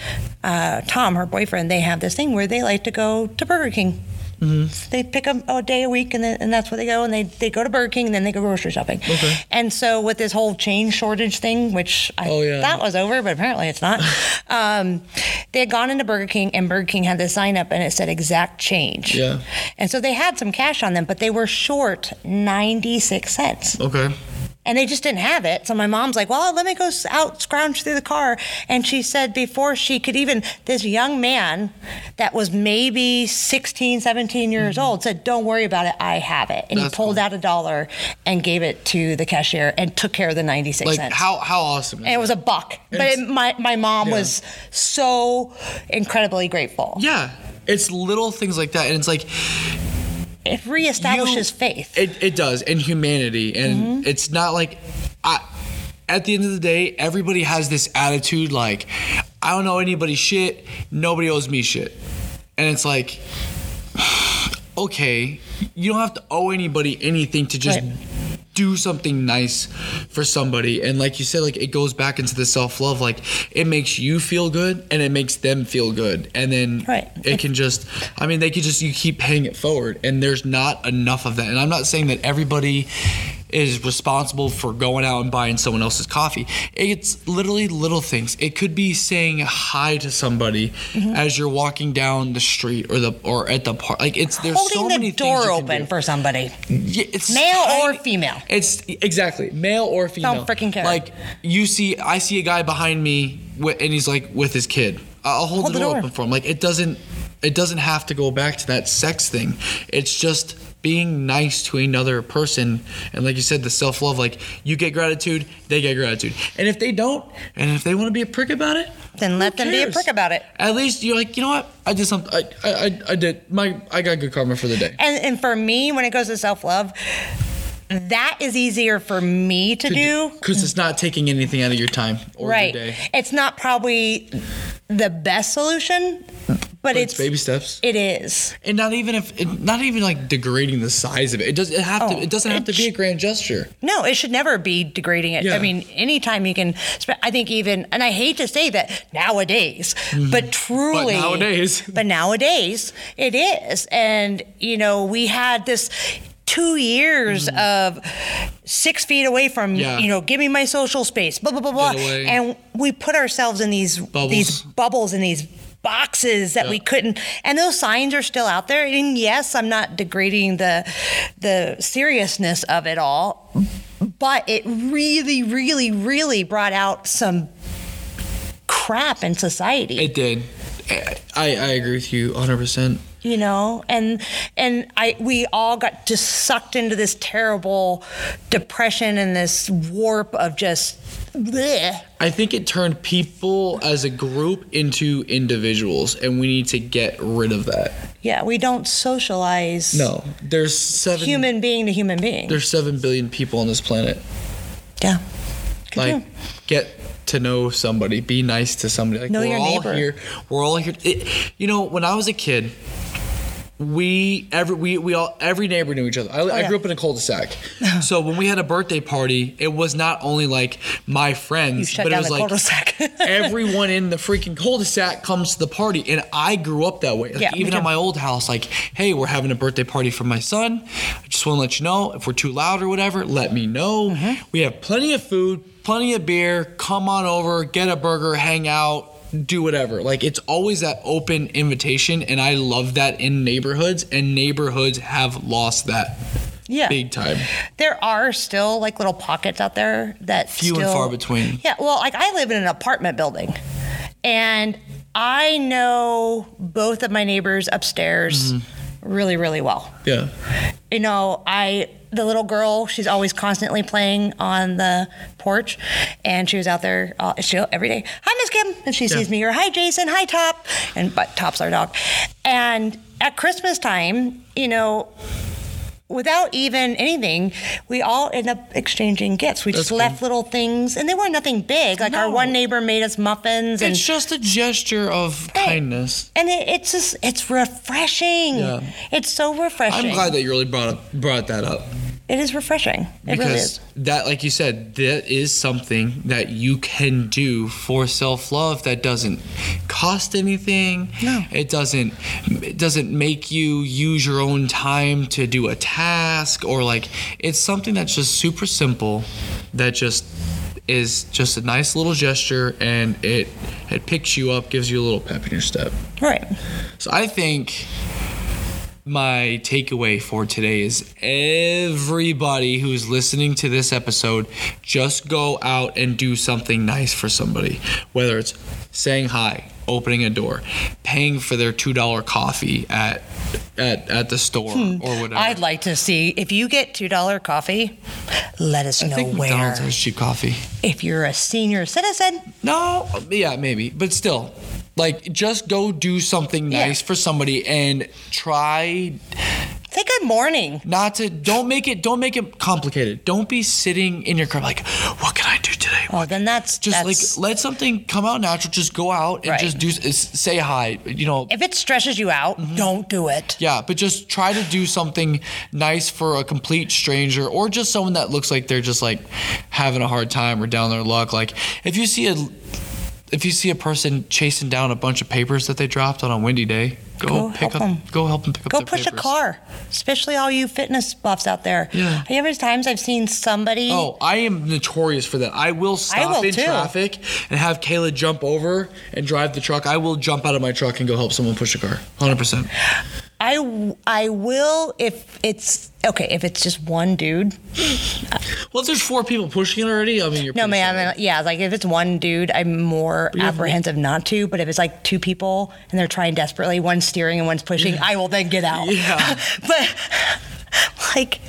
Speaker 1: uh, Tom, her boyfriend, they have this thing where they like to go to Burger King.
Speaker 2: Mm-hmm.
Speaker 1: They pick a, a day a week, and, then, and that's where they go. And they, they go to Burger King, and then they go grocery shopping.
Speaker 2: Okay.
Speaker 1: And so with this whole chain shortage thing, which I
Speaker 2: Oh, yeah.
Speaker 1: thought was over, but apparently it's not. um, they had gone into Burger King, and Burger King had this sign up, and it said exact change.
Speaker 2: Yeah.
Speaker 1: And so they had some cash on them, but they were short ninety six cents,
Speaker 2: Okay.
Speaker 1: and they just didn't have it. So my mom's like, "Well, let me go s- out scrounge through the car," and she said before she could even, this young man that was maybe 16, 17 years old said, "Don't worry about it, I have it," and
Speaker 2: Mm-hmm. That's
Speaker 1: he pulled
Speaker 2: cool.
Speaker 1: out a dollar and gave it to the cashier and took care of the ninety six
Speaker 2: Like
Speaker 1: cents.
Speaker 2: how how awesome. Is
Speaker 1: And it
Speaker 2: that?
Speaker 1: was a buck. But
Speaker 2: it's-
Speaker 1: it, my, my mom
Speaker 2: Yeah.
Speaker 1: was so incredibly grateful.
Speaker 2: Yeah. It's little things like that. And it's like,
Speaker 1: It reestablishes
Speaker 2: You-
Speaker 1: faith.
Speaker 2: it, it does. And humanity. And it's not like, I, at the end of the day, everybody has this attitude like, I don't owe anybody shit. Nobody owes me shit. And it's like, okay, you don't have to owe anybody anything to just
Speaker 1: Right.
Speaker 2: do something nice for somebody. And like you said, like it goes back into the self love. Like it makes you feel good and it makes them feel good. And then
Speaker 1: Right.
Speaker 2: it can just, I mean, they could just, you keep paying it forward. And there's not enough of that. And I'm not saying that everybody is responsible for going out and buying someone else's coffee. It's literally little things. It could be saying hi to somebody
Speaker 1: Mm-hmm.
Speaker 2: as you're walking down the street or the or at the park. Like it's there's
Speaker 1: Holding
Speaker 2: so
Speaker 1: the
Speaker 2: many things
Speaker 1: door
Speaker 2: you can
Speaker 1: open
Speaker 2: do.
Speaker 1: for somebody,
Speaker 2: Yeah, it's
Speaker 1: male or
Speaker 2: tiny-
Speaker 1: female.
Speaker 2: It's exactly male or female.
Speaker 1: freaking care.
Speaker 2: Like you see, I see a guy behind me, wi- and he's like with his kid. I'll hold, the, door open for him. Like it doesn't, it doesn't have to go back to that sex thing. It's just being nice to another person, and like you said, the self love. Like you get gratitude, they get gratitude, and if they don't, and if they want to be a prick about it,
Speaker 1: Then let
Speaker 2: who
Speaker 1: them be a
Speaker 2: cares?
Speaker 1: prick about it.
Speaker 2: At least you're like, you know what? I did something. I, I, I, I did my. I got good karma for the day.
Speaker 1: And, and for me, when it goes to self love, that is easier for me to, do.
Speaker 2: because it's not taking anything out of your time or
Speaker 1: Right.
Speaker 2: your day.
Speaker 1: It's not probably the best solution, but, it's,
Speaker 2: It's, baby steps,
Speaker 1: it is.
Speaker 2: and not even if it, not even like degrading the size of it. It does it have to.
Speaker 1: Oh,
Speaker 2: It doesn't have to be a grand gesture.
Speaker 1: No, it should never be degrading it.
Speaker 2: Yeah.
Speaker 1: I mean, anytime you can, spe- I think even, and I hate to say that nowadays, but truly.
Speaker 2: Mm-hmm. nowadays.
Speaker 1: But nowadays, it is. And, you know, we had this two years of six feet away from,
Speaker 2: Mm-hmm. Yeah.
Speaker 1: you know, give me my social space, blah, blah, blah, blah.
Speaker 2: Get away.
Speaker 1: And we put ourselves in these
Speaker 2: Bubbles.
Speaker 1: these bubbles in these boxes that we
Speaker 2: Yeah.
Speaker 1: couldn't and those signs are still out there and yes i'm not degrading the the seriousness of it all but it really really really brought out some crap in society
Speaker 2: It did. I I agree with you 100. percent
Speaker 1: you know and and i we all got just sucked into this terrible depression and this warp of just bleh.
Speaker 2: I think it turned people as a group into individuals, and we need to get rid of that.
Speaker 1: yeah we don't socialize
Speaker 2: No, there's seven.
Speaker 1: human being to human being
Speaker 2: There's seven billion people on this planet.
Speaker 1: yeah
Speaker 2: like get to know somebody be nice to somebody like
Speaker 1: Know
Speaker 2: we're
Speaker 1: your
Speaker 2: all
Speaker 1: neighbor.
Speaker 2: here we're all here it, you know when i was a kid we every we, we all every neighbor knew each other. I, I
Speaker 1: Oh, yeah.
Speaker 2: grew up in a cul-de-sac, so when we had a birthday party, it was not only like my friends,
Speaker 1: You shut
Speaker 2: but
Speaker 1: down
Speaker 2: it was
Speaker 1: the
Speaker 2: like
Speaker 1: cul-de-sac.
Speaker 2: everyone in the freaking cul-de-sac comes to the party, and I grew up that way. Like,
Speaker 1: Yeah, me
Speaker 2: even at
Speaker 1: too.
Speaker 2: my old house, like, hey, we're having a birthday party for my son. I just want to let you know if we're too loud or whatever, let me know.
Speaker 1: Mm-hmm.
Speaker 2: We have plenty of food, plenty of beer. Come on over, get a burger, hang out. Do whatever. Like it's always that open invitation, and I love that in neighborhoods, and neighborhoods have lost that
Speaker 1: yeah
Speaker 2: big time.
Speaker 1: there are still like little pockets out there that
Speaker 2: Few and
Speaker 1: still-
Speaker 2: far between.
Speaker 1: Yeah, well, like I live in an apartment building, and I know both of my neighbors upstairs
Speaker 2: Mm-hmm.
Speaker 1: really, really well.
Speaker 2: Yeah.
Speaker 1: You know, I the little girl, she's always constantly playing on the porch, and she was out there all, she every day. Hi, Miss Kim, and she sees me. Or hi, Jason. Hi, Top, and but Top's our dog. And at Christmas time, you know, without even anything, we all end up exchanging gifts. We just
Speaker 2: That's
Speaker 1: left little things, and they were nothing big. Like our
Speaker 2: No.
Speaker 1: one neighbor made us muffins, and
Speaker 2: It's just a gesture of
Speaker 1: Hey.
Speaker 2: kindness.
Speaker 1: and it, it's just it's refreshing.
Speaker 2: Yeah.
Speaker 1: It's so refreshing.
Speaker 2: I'm glad that you really brought up, brought that up.
Speaker 1: it is refreshing. It really
Speaker 2: because
Speaker 1: is.
Speaker 2: that like you said that is something that you can do for self-love that doesn't cost anything
Speaker 1: No.
Speaker 2: it doesn't it doesn't make you use your own time to do a task or like it's something that's just super simple that just is just a nice little gesture and it it picks you up gives you a little pep in your step
Speaker 1: Right.
Speaker 2: so I think my takeaway for today is everybody who's listening to this episode, just go out and do something nice for somebody, whether it's saying hi, opening a door, paying for their two dollar coffee at at at the store or whatever.
Speaker 1: Hmm. I'd like to see if you get two dollar coffee. Let us
Speaker 2: I
Speaker 1: know
Speaker 2: think
Speaker 1: where.
Speaker 2: McDonald's has cheap coffee.
Speaker 1: If you're a senior citizen,
Speaker 2: No, yeah, maybe, but still, like, just go do something
Speaker 1: Yeah.
Speaker 2: nice for somebody and try
Speaker 1: say good morning.
Speaker 2: not to don't make it don't make it complicated don't be sitting in your car like what can i do today
Speaker 1: Oh, then that's
Speaker 2: Just
Speaker 1: that's-
Speaker 2: like let something come out natural. Just go out and
Speaker 1: Right.
Speaker 2: just do s- say hi. You know,
Speaker 1: if it stresses you out,
Speaker 2: Mm-hmm.
Speaker 1: don't do it.
Speaker 2: Yeah, but just try to do something nice for a complete stranger or just someone that looks like they're just like having a hard time or down their luck. Like if you see a if you see a person chasing down a bunch of papers that they dropped on a windy day, go,
Speaker 1: Go
Speaker 2: pick
Speaker 1: help
Speaker 2: up
Speaker 1: 'em.
Speaker 2: go help them pick
Speaker 1: Go
Speaker 2: up their
Speaker 1: push
Speaker 2: papers.
Speaker 1: a car, especially all you fitness buffs out there.
Speaker 2: Yeah.
Speaker 1: The other times I've seen somebody.
Speaker 2: Oh, I am notorious for that. I will stop
Speaker 1: will
Speaker 2: in
Speaker 1: too.
Speaker 2: traffic and have Kayla jump over and drive the truck. I will jump out of my truck and go help someone push a car. 100%.
Speaker 1: I w- I will if it's okay if it's just one dude.
Speaker 2: Well, if there's four people pushing it already, I mean, you're
Speaker 1: No
Speaker 2: pretty
Speaker 1: man,
Speaker 2: set.
Speaker 1: I mean, yeah, like if it's one dude, I'm more
Speaker 2: you have-
Speaker 1: apprehensive not to. But if it's like two people and they're trying desperately, one's steering and one's pushing, I will then get out.
Speaker 2: Yeah.
Speaker 1: but like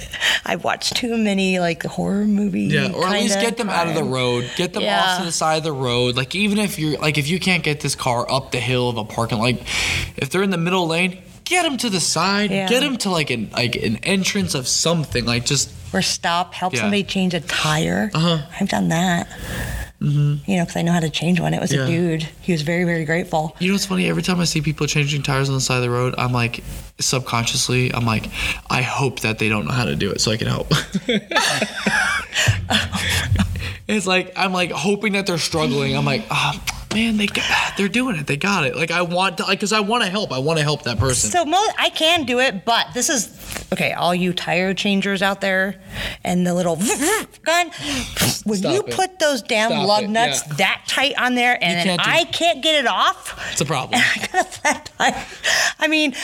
Speaker 1: I've watched too many like horror movie.
Speaker 2: Yeah, or at least
Speaker 1: kinda
Speaker 2: get them out of the
Speaker 1: crime.
Speaker 2: road. Get them off
Speaker 1: Yeah.
Speaker 2: to the side of the road. Like even if you're like if you can't get this car up the hill of a parking, like if they're in the middle lane, get them to the side.
Speaker 1: Yeah.
Speaker 2: Get them to like an like an entrance of something. Like just
Speaker 1: Or stop, help
Speaker 2: Yeah.
Speaker 1: somebody change a tire.
Speaker 2: Uh-huh.
Speaker 1: I've done that. You know, because I know how to change one. It was
Speaker 2: Yeah.
Speaker 1: a dude. He was very, very grateful.
Speaker 2: you know what's funny? Every time I see people changing tires on the side of the road, I'm like subconsciously I'm like I hope that they don't know how to do it so I can help. it's like I'm like hoping that they're struggling. I'm like ah. Man, they get, they're doing it. They got it. Like I want to, like, cause I want to help. I want to help that person.
Speaker 1: So mo- I can do it, but this is okay. All you tire changers out there, and the little gun. When
Speaker 2: Stop
Speaker 1: you
Speaker 2: it.
Speaker 1: put those damn
Speaker 2: Stop
Speaker 1: lug
Speaker 2: it,
Speaker 1: nuts
Speaker 2: yeah.
Speaker 1: that tight on there, and
Speaker 2: can't
Speaker 1: then
Speaker 2: do-
Speaker 1: I can't get it off,
Speaker 2: It's a problem.
Speaker 1: I got a flat tire. I mean,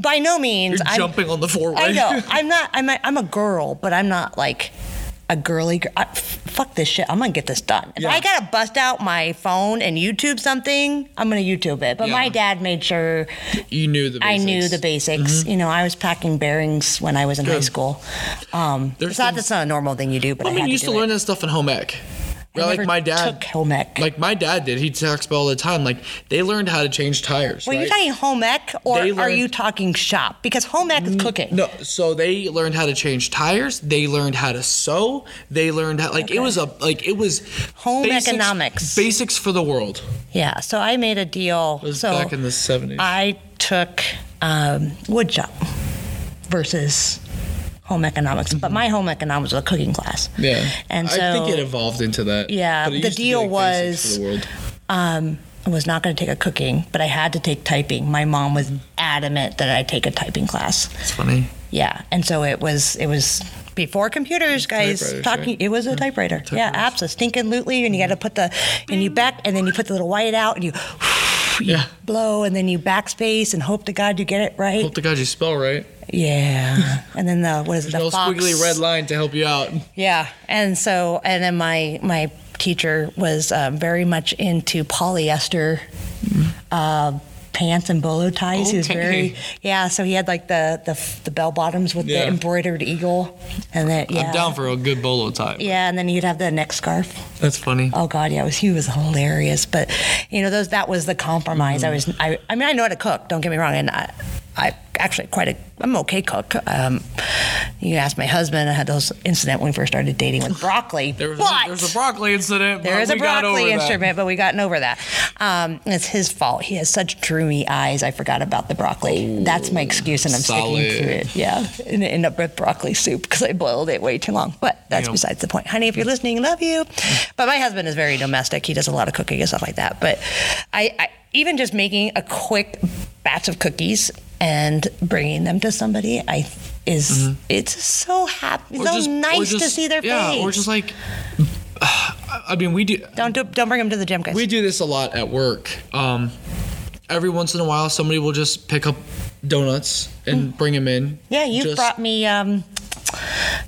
Speaker 1: by no means.
Speaker 2: You're
Speaker 1: I'm-
Speaker 2: jumping on the forward.
Speaker 1: I know. I'm not. I'm. A, I'm a girl, but I'm not like a girly girl. I, f- fuck this shit. I'm gonna get this done. If
Speaker 2: Yeah.
Speaker 1: I gotta bust out my phone and YouTube something, I'm gonna YouTube it. But my
Speaker 2: Yeah.
Speaker 1: dad made sure
Speaker 2: You knew the.
Speaker 1: I
Speaker 2: Basics. Mm-hmm.
Speaker 1: knew the basics. You know, I was packing bearings when I was in high
Speaker 2: Good.
Speaker 1: school. Um,
Speaker 2: There's
Speaker 1: it's not
Speaker 2: things-
Speaker 1: that's not a normal thing you do, but
Speaker 2: I
Speaker 1: I,
Speaker 2: mean,
Speaker 1: had
Speaker 2: you
Speaker 1: to
Speaker 2: used to
Speaker 1: do
Speaker 2: learn
Speaker 1: it.
Speaker 2: that stuff in home ec.
Speaker 1: I
Speaker 2: Right, like
Speaker 1: never
Speaker 2: my dad.
Speaker 1: took home ec.
Speaker 2: Like my dad did. He talks about all the time. Like they learned how to change tires.
Speaker 1: Were
Speaker 2: right?
Speaker 1: you talking home ec or
Speaker 2: They
Speaker 1: are
Speaker 2: learned- Mm,
Speaker 1: you talking shop? Because home ec is cooking.
Speaker 2: No, so they learned how to change tires. They learned how to sew. They learned how like it was a like it was
Speaker 1: Home economics.
Speaker 2: basics for the world.
Speaker 1: Yeah, so I made a deal.
Speaker 2: was
Speaker 1: so
Speaker 2: back in the 70s.
Speaker 1: I took um, wood shop versus home economics, but my home economics was a cooking class.
Speaker 2: Mm-hmm. Yeah,
Speaker 1: and so
Speaker 2: I think it evolved into that.
Speaker 1: Yeah,
Speaker 2: but it
Speaker 1: the
Speaker 2: used to be,
Speaker 1: deal
Speaker 2: like, basics
Speaker 1: was-
Speaker 2: for the world.
Speaker 1: um, I was not going to take a cooking, but I had to take typing. My mom was adamant that I take a typing class.
Speaker 2: It's funny.
Speaker 1: Yeah, and so it was it was before computers, guys.
Speaker 2: Typewriters,
Speaker 1: Talking,
Speaker 2: right?
Speaker 1: it was a typewriter. Yeah, apps, a stinking lutely, and you got to put the and you back and then you put the little white out and you
Speaker 2: Yeah,
Speaker 1: blow and then you backspace and hope to God you get it right.
Speaker 2: hope to God you spell right.
Speaker 1: Yeah, and then the what is it? The
Speaker 2: No
Speaker 1: fox.
Speaker 2: squiggly red line to help you out.
Speaker 1: Yeah, and so and then my my teacher was um, very much into polyester uh, pants and bolo ties. He was
Speaker 2: Okay.
Speaker 1: very yeah. So he had like the the, the bell bottoms with
Speaker 2: Yeah.
Speaker 1: the embroidered eagle, and then yeah.
Speaker 2: I'm down for a good bolo tie.
Speaker 1: yeah, and then he'd have the neck scarf.
Speaker 2: That's funny.
Speaker 1: Oh God, yeah, it was, he was hilarious. But you know, those that was the compromise. I
Speaker 2: Mm-hmm.
Speaker 1: was, I, I mean, I know how to cook. Don't get me wrong, and I, I actually quite a, I'm an okay cook. Um, you asked my husband. I had those incident when we first started dating with broccoli.
Speaker 2: There was,
Speaker 1: but
Speaker 2: a, there was a broccoli incident.
Speaker 1: there
Speaker 2: but
Speaker 1: is a
Speaker 2: Uh, we got over
Speaker 1: broccoli
Speaker 2: that.
Speaker 1: instrument, but we gotten over that. Um, it's his fault. He has such dreamy eyes. I forgot about the broccoli. That's my excuse, and I'm
Speaker 2: solid.
Speaker 1: sticking to it. Yeah, and it ended up with broccoli soup because I boiled it way too long. But that's
Speaker 2: Yeah.
Speaker 1: besides the point, honey. If you're listening, love you. But my husband is very domestic. He does a lot of cooking and stuff like that. But I, I even just making a quick batch of cookies and bringing them to somebody, I is it's so happy, so
Speaker 2: Mm-hmm. just-
Speaker 1: nice to
Speaker 2: just-
Speaker 1: see their
Speaker 2: yeah,
Speaker 1: face.
Speaker 2: or just like, I mean, we do
Speaker 1: don't do, don't bring them to the gym, guys.
Speaker 2: we do this a lot at work. Um, every once in a while, somebody will just pick up donuts and bring them in.
Speaker 1: Yeah, you
Speaker 2: Just-
Speaker 1: brought me um,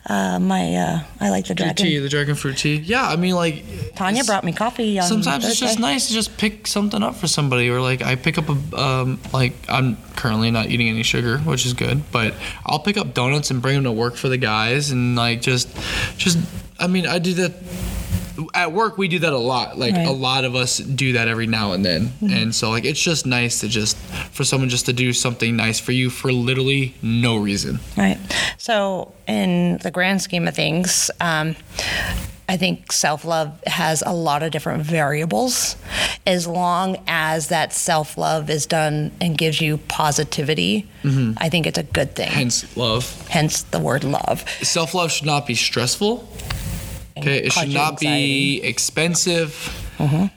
Speaker 1: uh, my uh, I like the
Speaker 2: Your
Speaker 1: dragon.
Speaker 2: tea, the dragon fruit tea. Yeah, I mean, like
Speaker 1: Tanya
Speaker 2: it's-
Speaker 1: brought me coffee. On
Speaker 2: Sometimes it's just
Speaker 1: Thursday.
Speaker 2: nice to just pick something up for somebody, or like I pick up a um, like I'm currently not eating any sugar, which is good, but I'll pick up donuts and bring them to work for the guys, and like just, just I mean I do that at work. We do that a lot. Like
Speaker 1: Right.
Speaker 2: a lot of us do that every now and then, and so like it's just nice to just for someone just to do something nice for you for literally no reason.
Speaker 1: Right. So, in the grand scheme of things, um, I think self love has a lot of different variables. As long as that self love is done and gives you positivity,
Speaker 2: Mm-hmm.
Speaker 1: I think it's a good thing.
Speaker 2: Hence, love.
Speaker 1: Hence the word love.
Speaker 2: Self love should not be stressful. Okay, it
Speaker 1: cause
Speaker 2: should
Speaker 1: you Mm-hmm.
Speaker 2: not be expensive.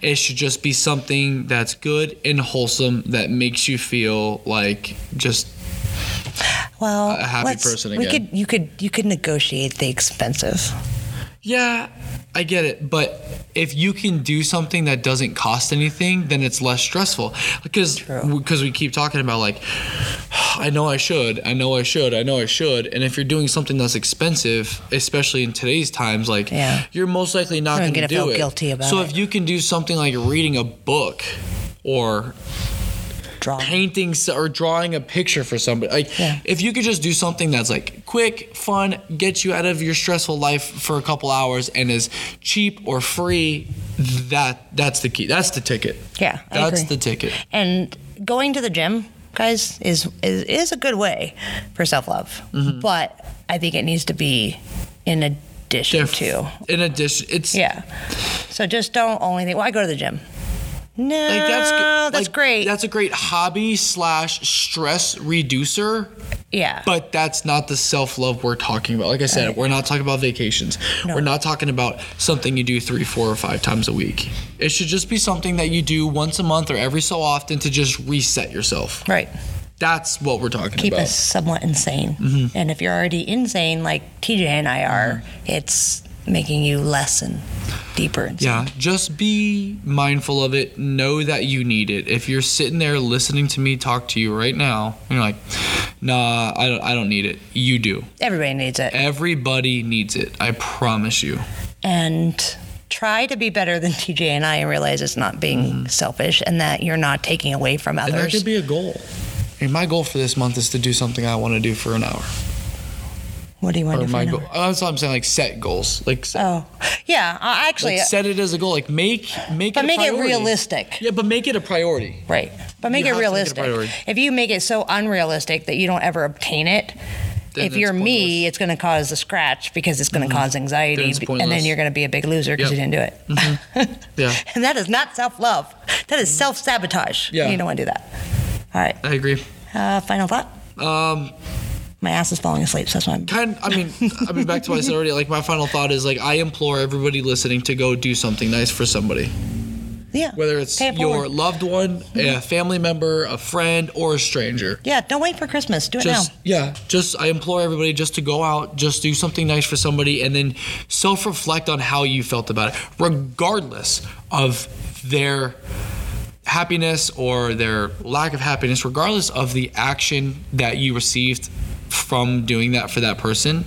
Speaker 2: It should just be something that's good and wholesome that makes you feel like just
Speaker 1: Well,
Speaker 2: A happy
Speaker 1: let's-
Speaker 2: person
Speaker 1: We
Speaker 2: again.
Speaker 1: could you could you could negotiate the expensive.
Speaker 2: yeah, I get it, but if you can do something that doesn't cost anything, then it's less stressful because
Speaker 1: True.
Speaker 2: because we keep talking about like I know I should, I know I should, I know I should, and if you're doing something that's expensive, especially in today's times, like
Speaker 1: Yeah.
Speaker 2: you're most likely not
Speaker 1: You're
Speaker 2: going
Speaker 1: gonna
Speaker 2: to do
Speaker 1: feel
Speaker 2: it.
Speaker 1: guilty about
Speaker 2: so
Speaker 1: it.
Speaker 2: if you can do something like reading a book or
Speaker 1: Draw.
Speaker 2: painting s- or drawing a picture for somebody. Like,
Speaker 1: Yeah.
Speaker 2: if you could just do something that's like quick, fun, get you out of your stressful life for a couple hours, and is cheap or free, that that's the key. That's the ticket.
Speaker 1: Yeah, I
Speaker 2: that's
Speaker 1: agree.
Speaker 2: the ticket.
Speaker 1: and going to the gym guys is is, is a good way for self-love
Speaker 2: Mm-hmm.
Speaker 1: but i think it needs to be in addition
Speaker 2: If-
Speaker 1: to
Speaker 2: In addition, it's
Speaker 1: yeah so just don't only think well i go to the gym no
Speaker 2: Like that's
Speaker 1: Uh, that's,
Speaker 2: g- like,
Speaker 1: great
Speaker 2: That's a great hobby slash stress reducer,
Speaker 1: yeah
Speaker 2: but that's not the self love we're talking about. Like I said, we're not talking about vacations.
Speaker 1: No.
Speaker 2: We're not talking about something you do three, four, or five times a week. It should just be something that you do once a month or every so often to just reset yourself.
Speaker 1: right
Speaker 2: That's what we're talking
Speaker 1: keep
Speaker 2: about. Mm-hmm.
Speaker 1: us somewhat insane and if you're already insane like tj and i are it's making you less and deeper insane.
Speaker 2: Yeah, just be mindful of it. Know that you need it. If you're sitting there listening to me talk to you right now, and you're like, "Nah, I don't. I don't need it." You do.
Speaker 1: everybody needs it
Speaker 2: Everybody needs it. I promise you.
Speaker 1: and try to be better than TJ and I and realize it's not being selfish and that you're not taking away from
Speaker 2: Mm-hmm. And that
Speaker 1: others.
Speaker 2: could be a goal. And my goal for this month is to do something I want to do for an hour.
Speaker 1: what do you want
Speaker 2: Or
Speaker 1: to do?
Speaker 2: my
Speaker 1: for
Speaker 2: goal.
Speaker 1: now?
Speaker 2: That's what I'm saying. Like set goals. Like, set,
Speaker 1: Oh, yeah. I actually, uh,
Speaker 2: like set it as a goal. Like make make
Speaker 1: but
Speaker 2: it. a
Speaker 1: make it
Speaker 2: priority.
Speaker 1: realistic.
Speaker 2: Yeah, but make it a priority.
Speaker 1: Right. But make
Speaker 2: You
Speaker 1: it
Speaker 2: have to make it a
Speaker 1: realistic.
Speaker 2: priority.
Speaker 1: if you make it so unrealistic that you don't ever obtain it,
Speaker 2: Then
Speaker 1: if
Speaker 2: it's Mm-hmm.
Speaker 1: you're me, it's going to cause a scratch because it's going to cause
Speaker 2: Then
Speaker 1: anxiety
Speaker 2: it's
Speaker 1: be- and then
Speaker 2: pointless.
Speaker 1: you're going to be a big loser because
Speaker 2: Yep. Mm-hmm.
Speaker 1: you didn't do it.
Speaker 2: Yeah, Mm-hmm.
Speaker 1: and that is not self love. That is self sabotage.
Speaker 2: Yeah.
Speaker 1: You don't want to do that. All right.
Speaker 2: I agree.
Speaker 1: Uh, final thought.
Speaker 2: Um,
Speaker 1: My ass is falling asleep, so that's why I'm
Speaker 2: kind. I mean, I mean, back to what I said already. Like my final thought is like I implore everybody listening to go do something nice for somebody,
Speaker 1: Yeah.
Speaker 2: whether it's
Speaker 1: Pay it
Speaker 2: your
Speaker 1: forward.
Speaker 2: loved one, a family member, a friend, or a stranger.
Speaker 1: Yeah, don't wait for Christmas. Do it
Speaker 2: just
Speaker 1: now.
Speaker 2: yeah just i implore everybody just to go out just do something nice for somebody and then self-reflect on how you felt about it regardless of their happiness or their lack of happiness regardless of the action that you received from doing that for that person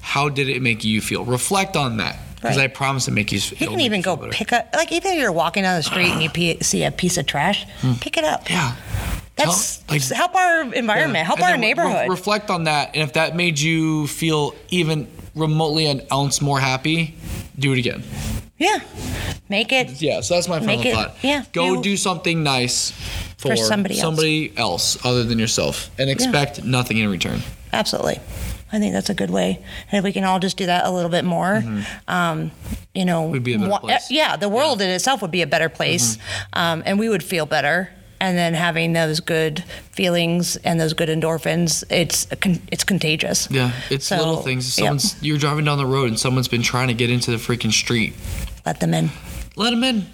Speaker 2: how did it make you feel reflect on that because
Speaker 1: Right.
Speaker 2: i promise it make you feel
Speaker 1: You can
Speaker 2: make
Speaker 1: even
Speaker 2: you
Speaker 1: go
Speaker 2: feel better.
Speaker 1: pick up, like, even if you're walking down the street and you pe- see a piece of trash, pick it up.
Speaker 2: yeah
Speaker 1: That's
Speaker 2: Hmm. Tell- like-
Speaker 1: help our environment, help
Speaker 2: And
Speaker 1: our
Speaker 2: then re- re-
Speaker 1: neighborhood.
Speaker 2: reflect on that, and if that made you feel even remotely an ounce more happy, do it again.
Speaker 1: yeah, make it.
Speaker 2: Yeah, so that's my final
Speaker 1: Make it-
Speaker 2: thought.
Speaker 1: yeah,
Speaker 2: go
Speaker 1: you-
Speaker 2: do something nice for,
Speaker 1: somebody else.
Speaker 2: somebody else. other than yourself, and expect nothing in return.
Speaker 1: Absolutely, I think that's a good way. And if we can all just do that a little bit more, um, you know,
Speaker 2: Mm-hmm. We'd be a better
Speaker 1: wa-
Speaker 2: place. Mm-hmm.
Speaker 1: yeah, the world in itself would be a better place, um, and we would feel better. And then having those good feelings and those good endorphins, it's a con- it's contagious.
Speaker 2: Yeah, it's
Speaker 1: So,
Speaker 2: little things. If
Speaker 1: yeah.
Speaker 2: Someone's you're driving down the road, and someone's been trying to get into the freaking street.
Speaker 1: Let them in.
Speaker 2: Let them in.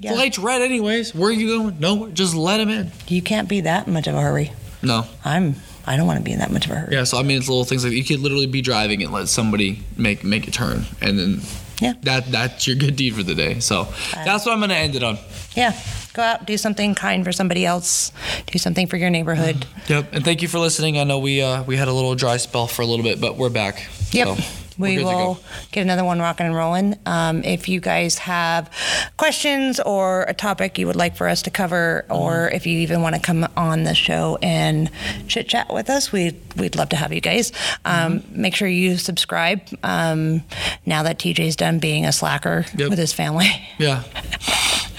Speaker 1: Yeah.
Speaker 2: The light's red, anyways. Where are you going? Nowhere. Just let them in.
Speaker 1: You can't be that much of a hurry.
Speaker 2: No.
Speaker 1: I'm. I don't want to be in that much of a hurry.
Speaker 2: Yeah. So I mean, it's little things like you could literally be driving and let somebody make make a turn, and then
Speaker 1: Yeah.
Speaker 2: that that's your good deed for the day. So that's what I'm gonna end it on.
Speaker 1: Yeah. Go out, do something kind for somebody else. Do something for your neighborhood.
Speaker 2: Yep. And thank you for listening. I know we uh, we had a little dry spell for a little bit, but we're back.
Speaker 1: Yep.
Speaker 2: So, we're
Speaker 1: we
Speaker 2: good to go.
Speaker 1: will get another one rocking and rolling. Um, if you guys have questions or a topic you would like for us to cover, or
Speaker 2: Mm-hmm.
Speaker 1: if you even want to come on the show and chit chat with us, we'd, we'd love to have you guys. Um,
Speaker 2: Mm-hmm.
Speaker 1: Make sure you subscribe um, now that TJ's done being a slacker
Speaker 2: Yep.
Speaker 1: with his family
Speaker 2: Yeah.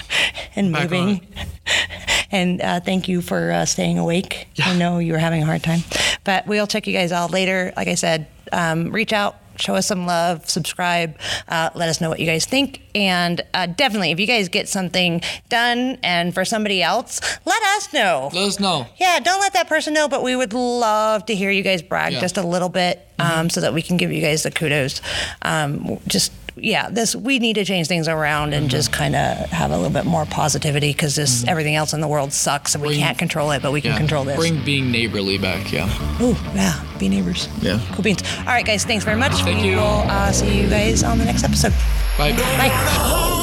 Speaker 1: and
Speaker 2: Back on
Speaker 1: moving. And uh, thank you for uh, staying awake. I know you were having a hard time, but we'll check you guys out later. Like I said, um, reach out, show us some love, subscribe, uh, let us know what you guys think. And uh, definitely, if you guys get something done and for somebody else, let us know.
Speaker 2: Let us know.
Speaker 1: Yeah, don't let that person know, but we would love to hear you guys brag
Speaker 2: Yeah. Mm-hmm.
Speaker 1: just a little bit um, so that we can give you guys the kudos. Um, just, yeah, this we need to change things around and just
Speaker 2: Mm-hmm.
Speaker 1: kind of have a little bit more positivity because this everything else in the world sucks and we
Speaker 2: Bring-
Speaker 1: can't control it, but we can
Speaker 2: Yeah.
Speaker 1: control this.
Speaker 2: Bring being neighborly back. Yeah.
Speaker 1: Ooh, yeah, be neighbors.
Speaker 2: Yeah.
Speaker 1: Cool beans. All right, guys, thanks very much.
Speaker 2: Thank
Speaker 1: we
Speaker 2: you.
Speaker 1: will uh, see you guys on the next episode.
Speaker 2: Bye.
Speaker 1: Bye.
Speaker 3: Hold